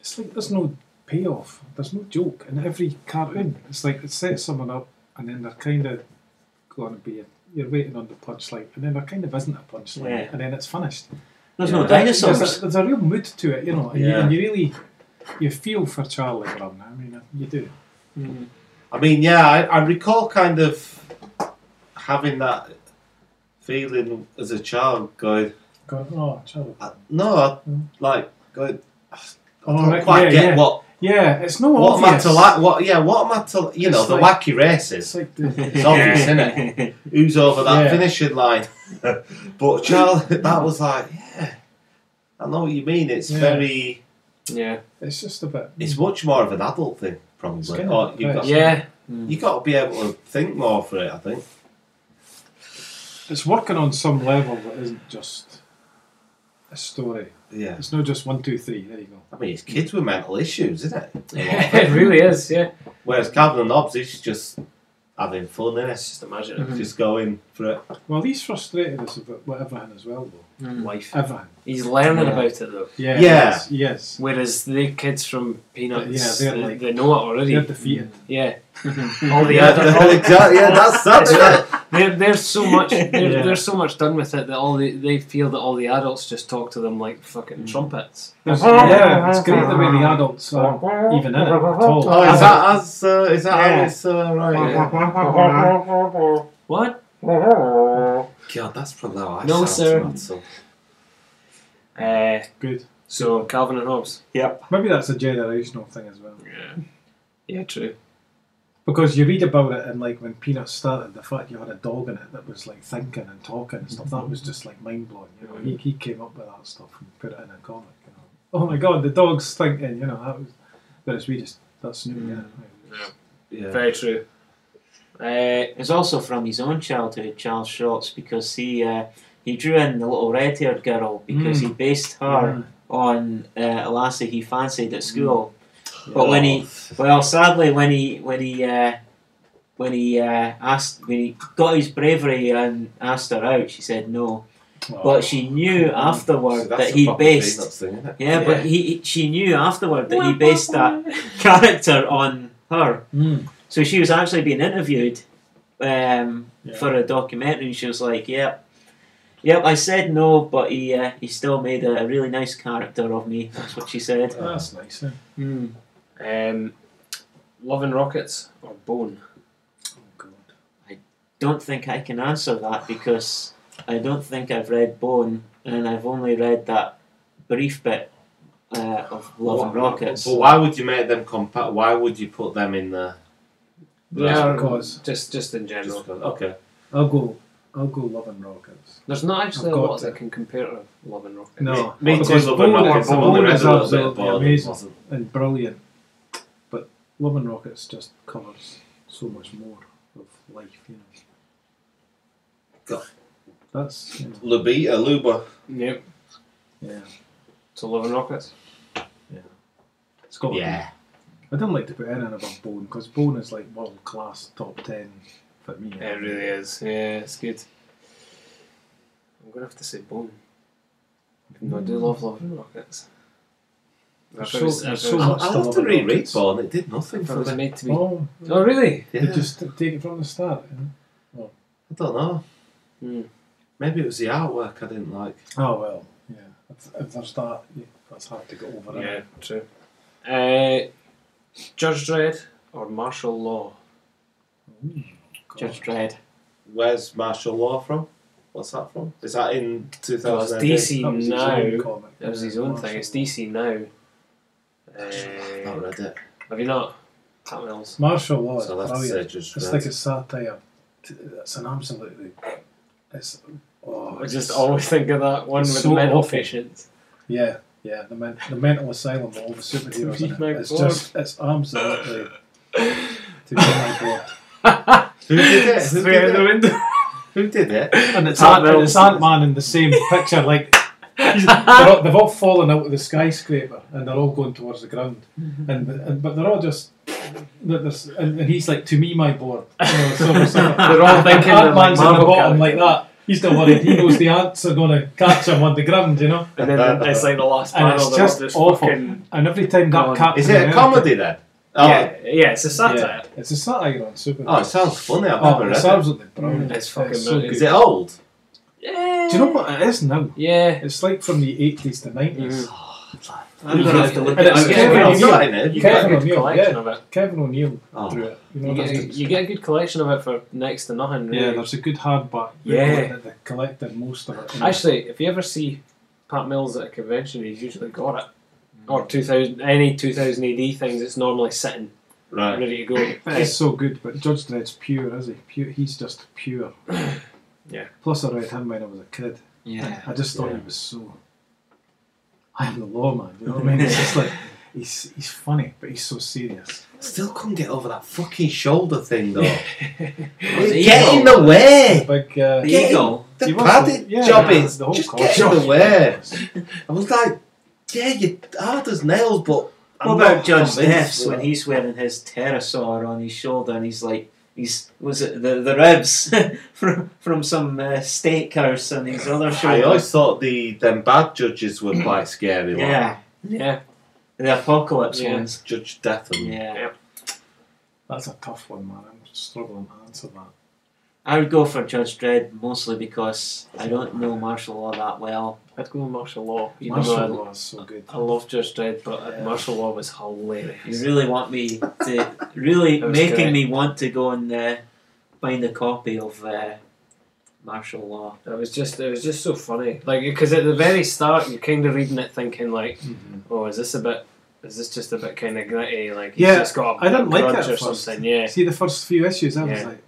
it's like there's no payoff. There's no joke in every cartoon. It's like it sets someone up, and then they're kind of going to be. You're waiting on the punchline, and then there kind of isn't a punchline,
Yeah.
and then it's finished.
There's
Yeah.
no
There's a-
dinosaurs.
There's a, real mood to it, you know, and, you,
Yeah.
and you really you feel for Charlie Brown. I mean, you do.
I mean, yeah, I, I recall kind of having that feeling as a child going,
Going, oh, Charlie.
I- Uh, no, I, like going, I
Oh,
don't
right,
quite
yeah,
get
yeah.
what
Yeah, it's no
what
obvious.
matter like what yeah what matter you know
It's
the
like-
wacky
It's
races
like the,
it's obvious isn't it who's over that
Yeah.
finishing line [laughs] but Charlie that was like yeah I know what you mean it's
Yeah.
very
Yeah,
it's just a bit.
it's much more of an adult thing
It's
probably
kind
or
of
you got
depressed.
yeah.
you got to be able to think more for it I think
it's working on some level that isn't just a story.
yeah
It's not just one, two, three. There you go.
I mean it's kids with mental issues isn't it A lot of
[laughs] it
it.
really is. Yeah,
whereas Calvin and Hobbes is just having fun innit?
just imagine
Mm-hmm.
it.
just going for it
Well, he's frustrated us about with everything as well, though.
Life.
Everything.
He's learning
Yeah.
about it though.
Yeah.
Yeah.
Yes. yes.
Whereas the kids from Peanuts,
Yeah, they're
they-
like-
they know it already.
They're defeated.
Yeah, all the
yeah,
other, all,
exactly, yeah [laughs] that's that's it
they're, they're so much, they're,
Yeah.
they're so much done with it that all the, they feel that all the adults just talk to them like fucking trumpets.
There's- yeah, it's great the way the adults are even in it at all.
oh is that as uh, is that
Yeah.
how it's uh, right
Yeah.
Oh,
What?
God, that's probably how I
No,
sound
sir.
to that song.
Uh,
Good.
so Calvin and Hobbes.
[laughs] Yep.
Maybe that's a generational thing as well.
Yeah. Yeah, true.
Because you read about it, and like when Peanuts started, the fact you had a dog in it that was like thinking and talking and stuff, that was just like mind blowing. You know, he, he came up with that stuff and put it in a comic. You know, oh my god, the dog's thinking. You know, that was. Whereas we just that's new. Yeah.
Yeah.
Very true.
Uh, it's also from his own childhood, Charles Schwartz, because he uh, he drew in the little red-haired girl because he
Mm. Mm.
based her on uh, a lassie he fancied at
Oh.
school. But when he well, sadly, when he when he uh, when he uh, asked when he got his bravery and asked her out, she said no. But she knew afterward
So Mm. that's
that
the
he
proper
based
Peanuts thing, isn't it?
yeah,
Yeah.
but he, he- she knew afterward that he based that character on her.
Hmm.
Mm.
So she was actually being interviewed um, for a documentary, and she was like, "Yep, yep, I said no, but he uh, he still made a, a really nice character of me." That's what she said.
That's nice. eh?
Hmm.
Mm. Um, Loving Rockets or Bone?
Oh,
Don't think I can answer that because I don't think I've read Bone, and I've only read that brief bit uh, of Love and Rockets.
But why would you make them compa- Why would you put them in there?
They're-
because-
Just, just in general.
Just go, okay.
I'll go. I'll go loving rockets.
There's not actually
I've
a
got
lot
to.
that can compare to Loving Rockets.
No,
Me- me too,
because
Love and
Bone
Rockets,
is-
I've only
Bone
read
is
a little bit of
absolutely
Bone, it
amazing
wasn't-
and brilliant, but Love and Rockets just covers so much more of life. You know, that's you know,
Lubita, Luba.
Yep.
yeah.
So Loving Rockets?
It's got to be.
Yeah.
I don't like to put anything above Bone because Bone is like world class, top ten for me.
It really is. Yeah, it's good. I'm going to have to say Bone. Even though I do love Loving Rockets.
There's
If it was-
so- there's
if it
so
was-
much
I'll have to
Love and
reread
Rockets.
Born. It did nothing
If it
for
was
me.
meant to be.
Oh,
Oh, really?
Yeah.
just take it from the start. You know?
I don't know.
Hmm.
Maybe it was the artwork I didn't like.
Oh well, yeah. If, if there's that, yeah, that's hard to get over.
Yeah, true. Uh, Judge Dredd or Martial Law?
Hmm,
Judge Dredd.
Where's martial law from? What's that from? Is that
Oh,
in
Well, it's
2000?
DC
That was his own
now.
comic.
That was his
Yeah,
own
Martial
thing. It's DC now.
Not
Uh,
read it.
have you not? Something else.
Martial law is
So that's
brilliant.
uh, just
Oh, It's
read.
like a satire. T- It's an absolutely. It's oh,
I just
it's-
always think of that one with
it's
the
so
mental
awful. [laughs]
patients.
Yeah, yeah. The, men- the mental asylum with all the superheroes. In
My
it. It's
God.
just it's absolutely. to be my god.
Who did it? Who
Straight out
did
the
it?
window.
Who did
[laughs]
it?
And it's,
Ant-
Ant- and it's Ant Man in
[laughs]
the same picture. Like he's- they're all, they've all fallen out of the skyscraper and they're all going towards the ground.
Mm-hmm.
And, and but they're all just. that there's- And, and he's like, to me, my board. You know, so, so,
[laughs] They're all thinking they're
Ant
like
Man's in the
Marvel
bottom like
characters.
that. He's not worried. He knows the ants are going to catch him on the ground, you know.
And then
[laughs]
it's like the last
And
panel.
it's
they're all
just awful.
fucking-
And every time
Go on.
that Captain
Is it a
America-
comedy then? Oh,
Yeah, yeah, it's a satire.
Yeah, it's a satire on superheroes.
oh, it sounds funny. I've
Oh,
never
it's
read it.
absolutely brilliant.
Mm, It's fucking
so
brilliant.
good.
Is it old?
Yeah.
Do you know what it is now?
Yeah.
It's like from the eighties to 90s
I'm gonna have to look
And
at
it's
it
Kevin
again.
I've
O'Neill.
not in it.
You
Kevin
get a good
O'Neill,
collection
yeah.
of it.
Kevin O'Neill
Oh.
drew it. You know,
You get,
that's-
a, you get a good collection of it for next to nothing, really.
yeah, there's a good hardback. book
Yeah.
that they collected most of it. you know.
Actually, if you ever see Pat Mills at a convention, he's usually got it.
Mm.
Or 2000, any 2000 AD things, it's normally sitting
Right.
ready to go.
[laughs] But it's so good. But Judge Dredd's pure, is he? Pure. He's just
[coughs]
pure.
Yeah.
Plus, I read him when I was a kid.
Yeah.
I just thought
Yeah.
he was so. I am the lawman. You know what
[laughs]
I mean? It's just like he's he's funny, but he's so serious.
Still couldn't get over that fucking shoulder thing
[laughs]
though.
The
get in
eagle.
the way.
Big. Uh,
The
Get
eagle.
The
he was
padded
yeah,
job
yeah,
is
the whole
just
culture.
get in the way. I was like, yeah, you're hard as nails, but I'm
What about
not
Judge
convinced
Deaths when
that-
he's wearing his pterosaur on his shoulder and he's like, he's was it the the ribs [laughs] from from some uh, steakhouse on his other
I
shoulder?
always thought the them bad judges were quite scary. like
Yeah,
Yeah.
the apocalypse
Yeah.
ones.
Judge Death and
Yeah,
That's a tough one, man. I'm struggling to answer that.
I would go for Judge Dredd mostly because I don't know martial law that well.
I'd go with martial law. You
Martial
know,
uh,
law is so good.
I, I love Judge Dredd, but martial law was hilarious.
You really want me to really
That was
making
great.
me want to go and uh, find a copy of uh, martial law.
It was just, it was just so
Mm-hmm.
funny. Like, because at the very start, you're kind of reading it, thinking like, "Oh, is this a bit, Is this just a bit kind of gritty? Like he's
Yeah,
just got a
I didn't like it
grudge
at
or
first.
something. Yeah,
See the first few issues, I was
Yeah.
like,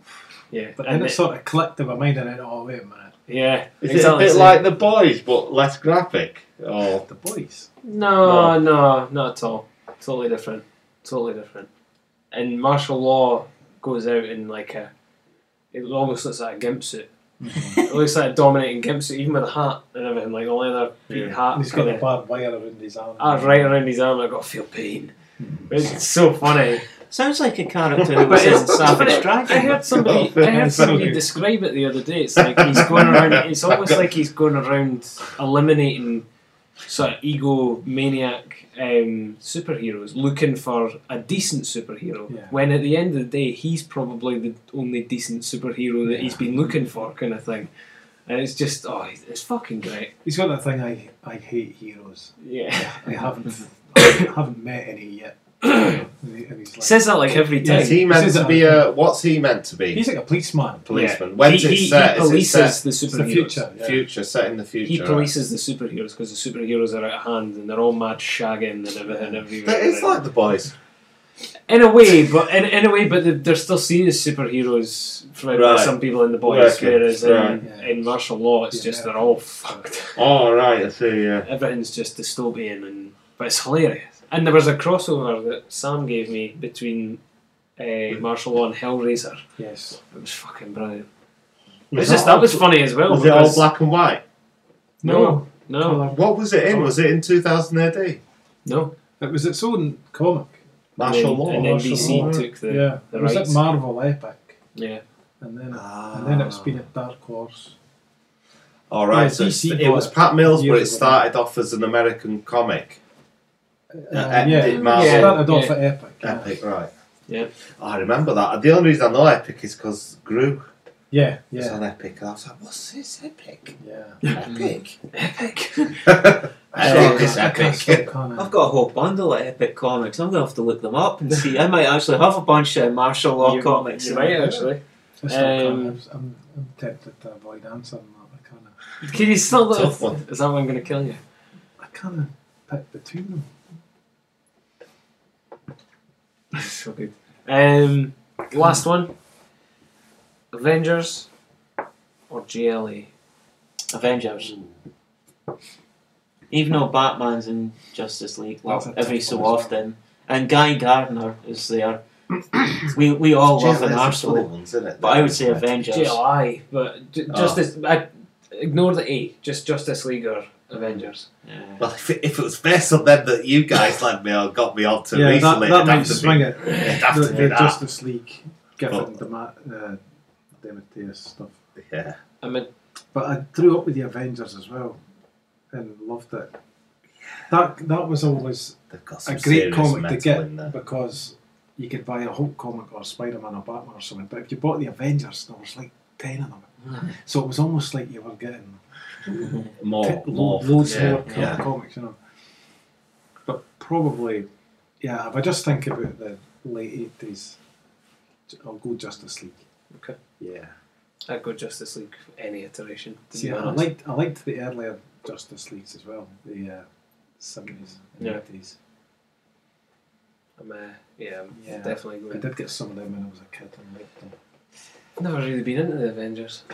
yeah.
but
And
then it,
it-
sort of clicked in my mind, and I thought, oh wait a minute,
yeah.
Is
exactly
it a bit
same.
like the boys but less graphic? Or
the boys.
No, no, not at all. Totally different. Totally different. And martial law goes out in like a. It almost looks like a gimp suit. it looks like a dominating gimp suit, even with a hat and everything, like a leather yeah. hat.
And he's got a
kinda-
barbed wire around his arm.
Oh, Ah, right around his arm. I got to feel pain. It's so funny.
Sounds like a character who was in
it's-
Savage
but
Dragon.
I heard somebody, I heard somebody describe it the other day. It's like he's going around. It's almost like he's going around eliminating sort of ego maniac um, superheroes, looking for a decent superhero.
Yeah.
When at the end of the day, he's probably the only decent superhero that he's been looking for, kind of thing. And it's just, oh, it's fucking great.
He's got that thing I I hate heroes.
Yeah.
I
[laughs]
haven't [coughs] I haven't met any yet.
[coughs]
And he- and he's like-
Says that like every time.
Is he meant
This is
to
a-
be a. What's he meant to be?
He's like a policeman.
policeman. When's
he,
it
he,
set?
he
Is it
polices
set?
the
It's the
superheroes.
future. yeah.
Future, set in the future.
He polices the superheroes because the superheroes are out of hand and they're all mad shagging and everything everywhere.
That is like the boys.
in a way, but in, in a way, but they're- they're still seen as superheroes for
Right.
some people in the boys.
Okay,
Whereas in,
right.
in martial law, it's just they're all fucked.
Oh, right, I see, yeah.
Everything's just dystopian, and but it's hilarious. And there was a crossover that Sam gave me between uh, martial law and Hellraiser.
Yes.
It was fucking brilliant.
Was
it's just
it
that
all-
was funny as well.
Was it all
because-
black and white?
No, no,
Colour.
What was it in? Was it in 2000 AD?
no.
It was its own comic.
Martial
And
law.
then- And
martial
NBC
law.
took the
yeah.
the
it was
rights.
like Marvel Epic,
Yeah.
and then
Ah.
and then it's been at Dark Horse.
All right,
Yeah,
so it's-
DC
it was
bought it
Pat Mills, but
years
it
ago.
started off as an American comic.
Uh,
Uh,
yeah,
Epic
it
Marvel.
started off
Yeah.
at Epic. yeah.
Epic, right.
Yep.
I remember that. The only reason I know Epic is because Gru
Yeah,
was
yeah,
on Epic. And I was like, what's this Epic?
yeah.
Epic.
Epic.
I love this
I
[laughs]
can't
Epic.
stop calling it.
I've got a whole bundle of epic comics. I'm gonna have to look them up and see. I might actually have a bunch of martial law
You-
comics.
You might actually.
I still can't.
Um,
I'm, I'm tempted to avoid answering that. I kind of,
Can you still
Tough one.
Is that one going to kill you?
I kind of pick between them.
so good. Um, last one. Avengers or GLE?
Avengers. Even though Batman's in Justice League,
That's
well,
a
every
tough
so
one as well.
often, and Guy Gardner is
[clears throat]
there. we we all love an
Jeez, there's some funny
arsehole,
ones, isn't it?
but I would say Avengers.
GLI, but ju-
Oh.
Justice. I, ignore the A. Just Justice League or Avengers.
Yeah.
Well, if it, if it was based on them that you guys led me on, got me onto
yeah, that,
recently,
that
it'd
might
have to
swing
be, [laughs]
it.
it'd have
the,
to be
the
that.
Justice League, given the ma- uh, Demetrius stuff.
Yeah.
I mean,
But I grew up with the Avengers as well, and loved it. That that was always
They've got
a
some
great
serious
comic to
metal in
get
there.
because you could buy a Hulk comic or Spider Man or Batman or something. But if you bought the Avengers, there was like ten of them, so it was almost like you were getting
More,
t-
more,
loads
Oh, yeah,
more co-
yeah.
comics, you know. But probably, yeah. If I just think about the late eighties, I'll go Justice League.
Yeah.
I'd go Justice League any iteration. to be
See, I
honest.
liked I liked the earlier Justice Leagues as well, the uh, seventies and
Yeah.
eighties.
I'm, uh, yeah, I'm
Yeah.
definitely
I
going.
did get some of them when I was a kid and liked them.
I've never really been into the Avengers.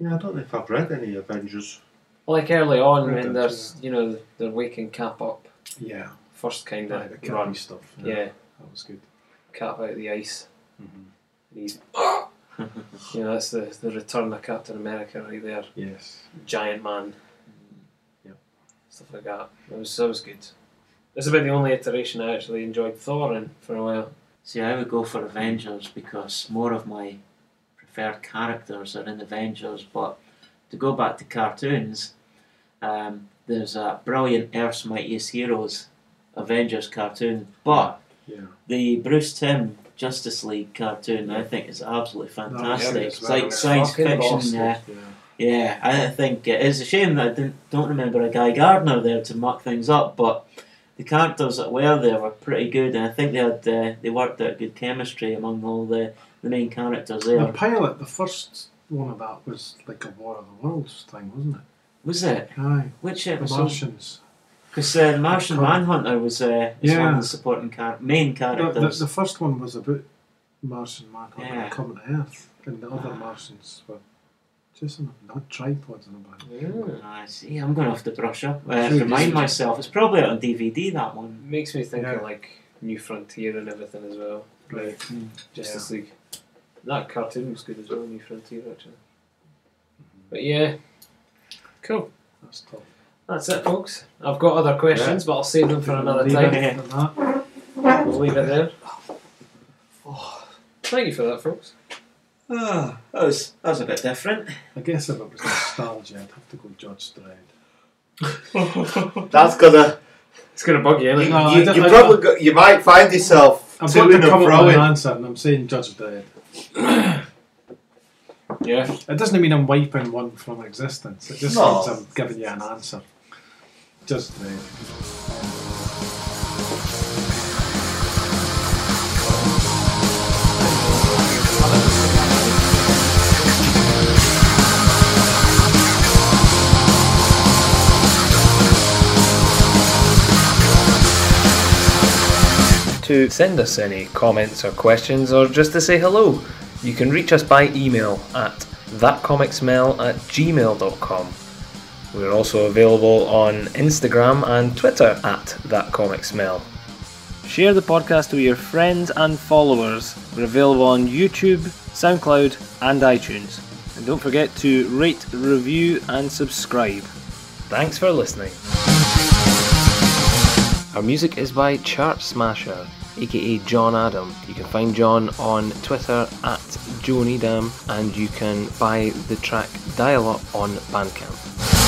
Yeah, I don't know if I've read any Avengers.
Like early on, when
Right,
there's you know they're waking Cap up
Yeah,
first kind
like
of
the
run.
Kirby stuff.
Yeah,
that was good.
Cap out of the ice.
Mm-hmm.
And he's [laughs] you know that's the the return of Captain America right there,
Yes,
giant man.
Yep.
Stuff like that. That was that was good. That's about the only iteration I actually enjoyed Thor in for a while.
See, I would go for Avengers because more of my preferred characters are in Avengers. But to go back to cartoons, um, there's a brilliant Earth's Mightiest Heroes Avengers cartoon, but
yeah.
the Bruce Tim Justice League cartoon I think is absolutely fantastic.
yeah,
it's
it's
like
very
science
fucking
fiction.
awesome.
Yeah,
Yeah.
yeah, I think it is a shame that I didn't, don't remember a Guy Gardner there to muck things up, but the characters that were there were pretty good, and I think they had uh, they worked out good chemistry among all the, the main characters
The
there.
pilot, the first one of that was like a War of the Worlds thing, wasn't it?
Was it
Aye,
which episode?
the Martians.
Because uh, Martian Manhunter was uh, is one
Yeah.
of the supporting char- main
The, the,
characters.
the first one was about Martian Manhunter
Yeah.
coming to Earth, and the other Martians were just on not tripods and all that.
Ah, I see. I'm going to have to brush up. Uh,
Sure,
remind
just-
myself. It's probably out on DVD that one.
Makes me think of like New Frontier and everything as well. Like Justice League. That cartoon was good as well, New Frontier actually. But yeah, cool.
That's tough.
That's it, folks. I've got other questions, but I'll save them for another
Leave
time.
it at that.
We'll leave it there. Oh. Thank you for that, folks.
Ah, that was that was a bit different.
I guess if it was nostalgia, I'd have to go Judge Dredd.
That's gonna.
It's gonna bug you, innit?
No, I
you
don't-
you
I
probably got, you might find yourself
I've got
to
to
and
come up
fro
with an
in.
answer, and I'm saying Judge Dredd.
Yeah.
It doesn't mean I'm wiping one from existence. It just
No.
means I'm giving you an answer. Judge Dredd.
to send us any comments or questions or just to say hello, you can reach us by email at thatcomicsmell at gmail.com. We're also available on Instagram and Twitter at thatcomicsmell. Share the podcast with your friends and followers. We're available on YouTube, SoundCloud, and iTunes. And don't forget to rate, review, and subscribe. Thanks for listening. Our music is by Chart Smasher, aka John Adam. You can find John on Twitter at Joe Needham, and you can buy the track Dial Up on Bandcamp.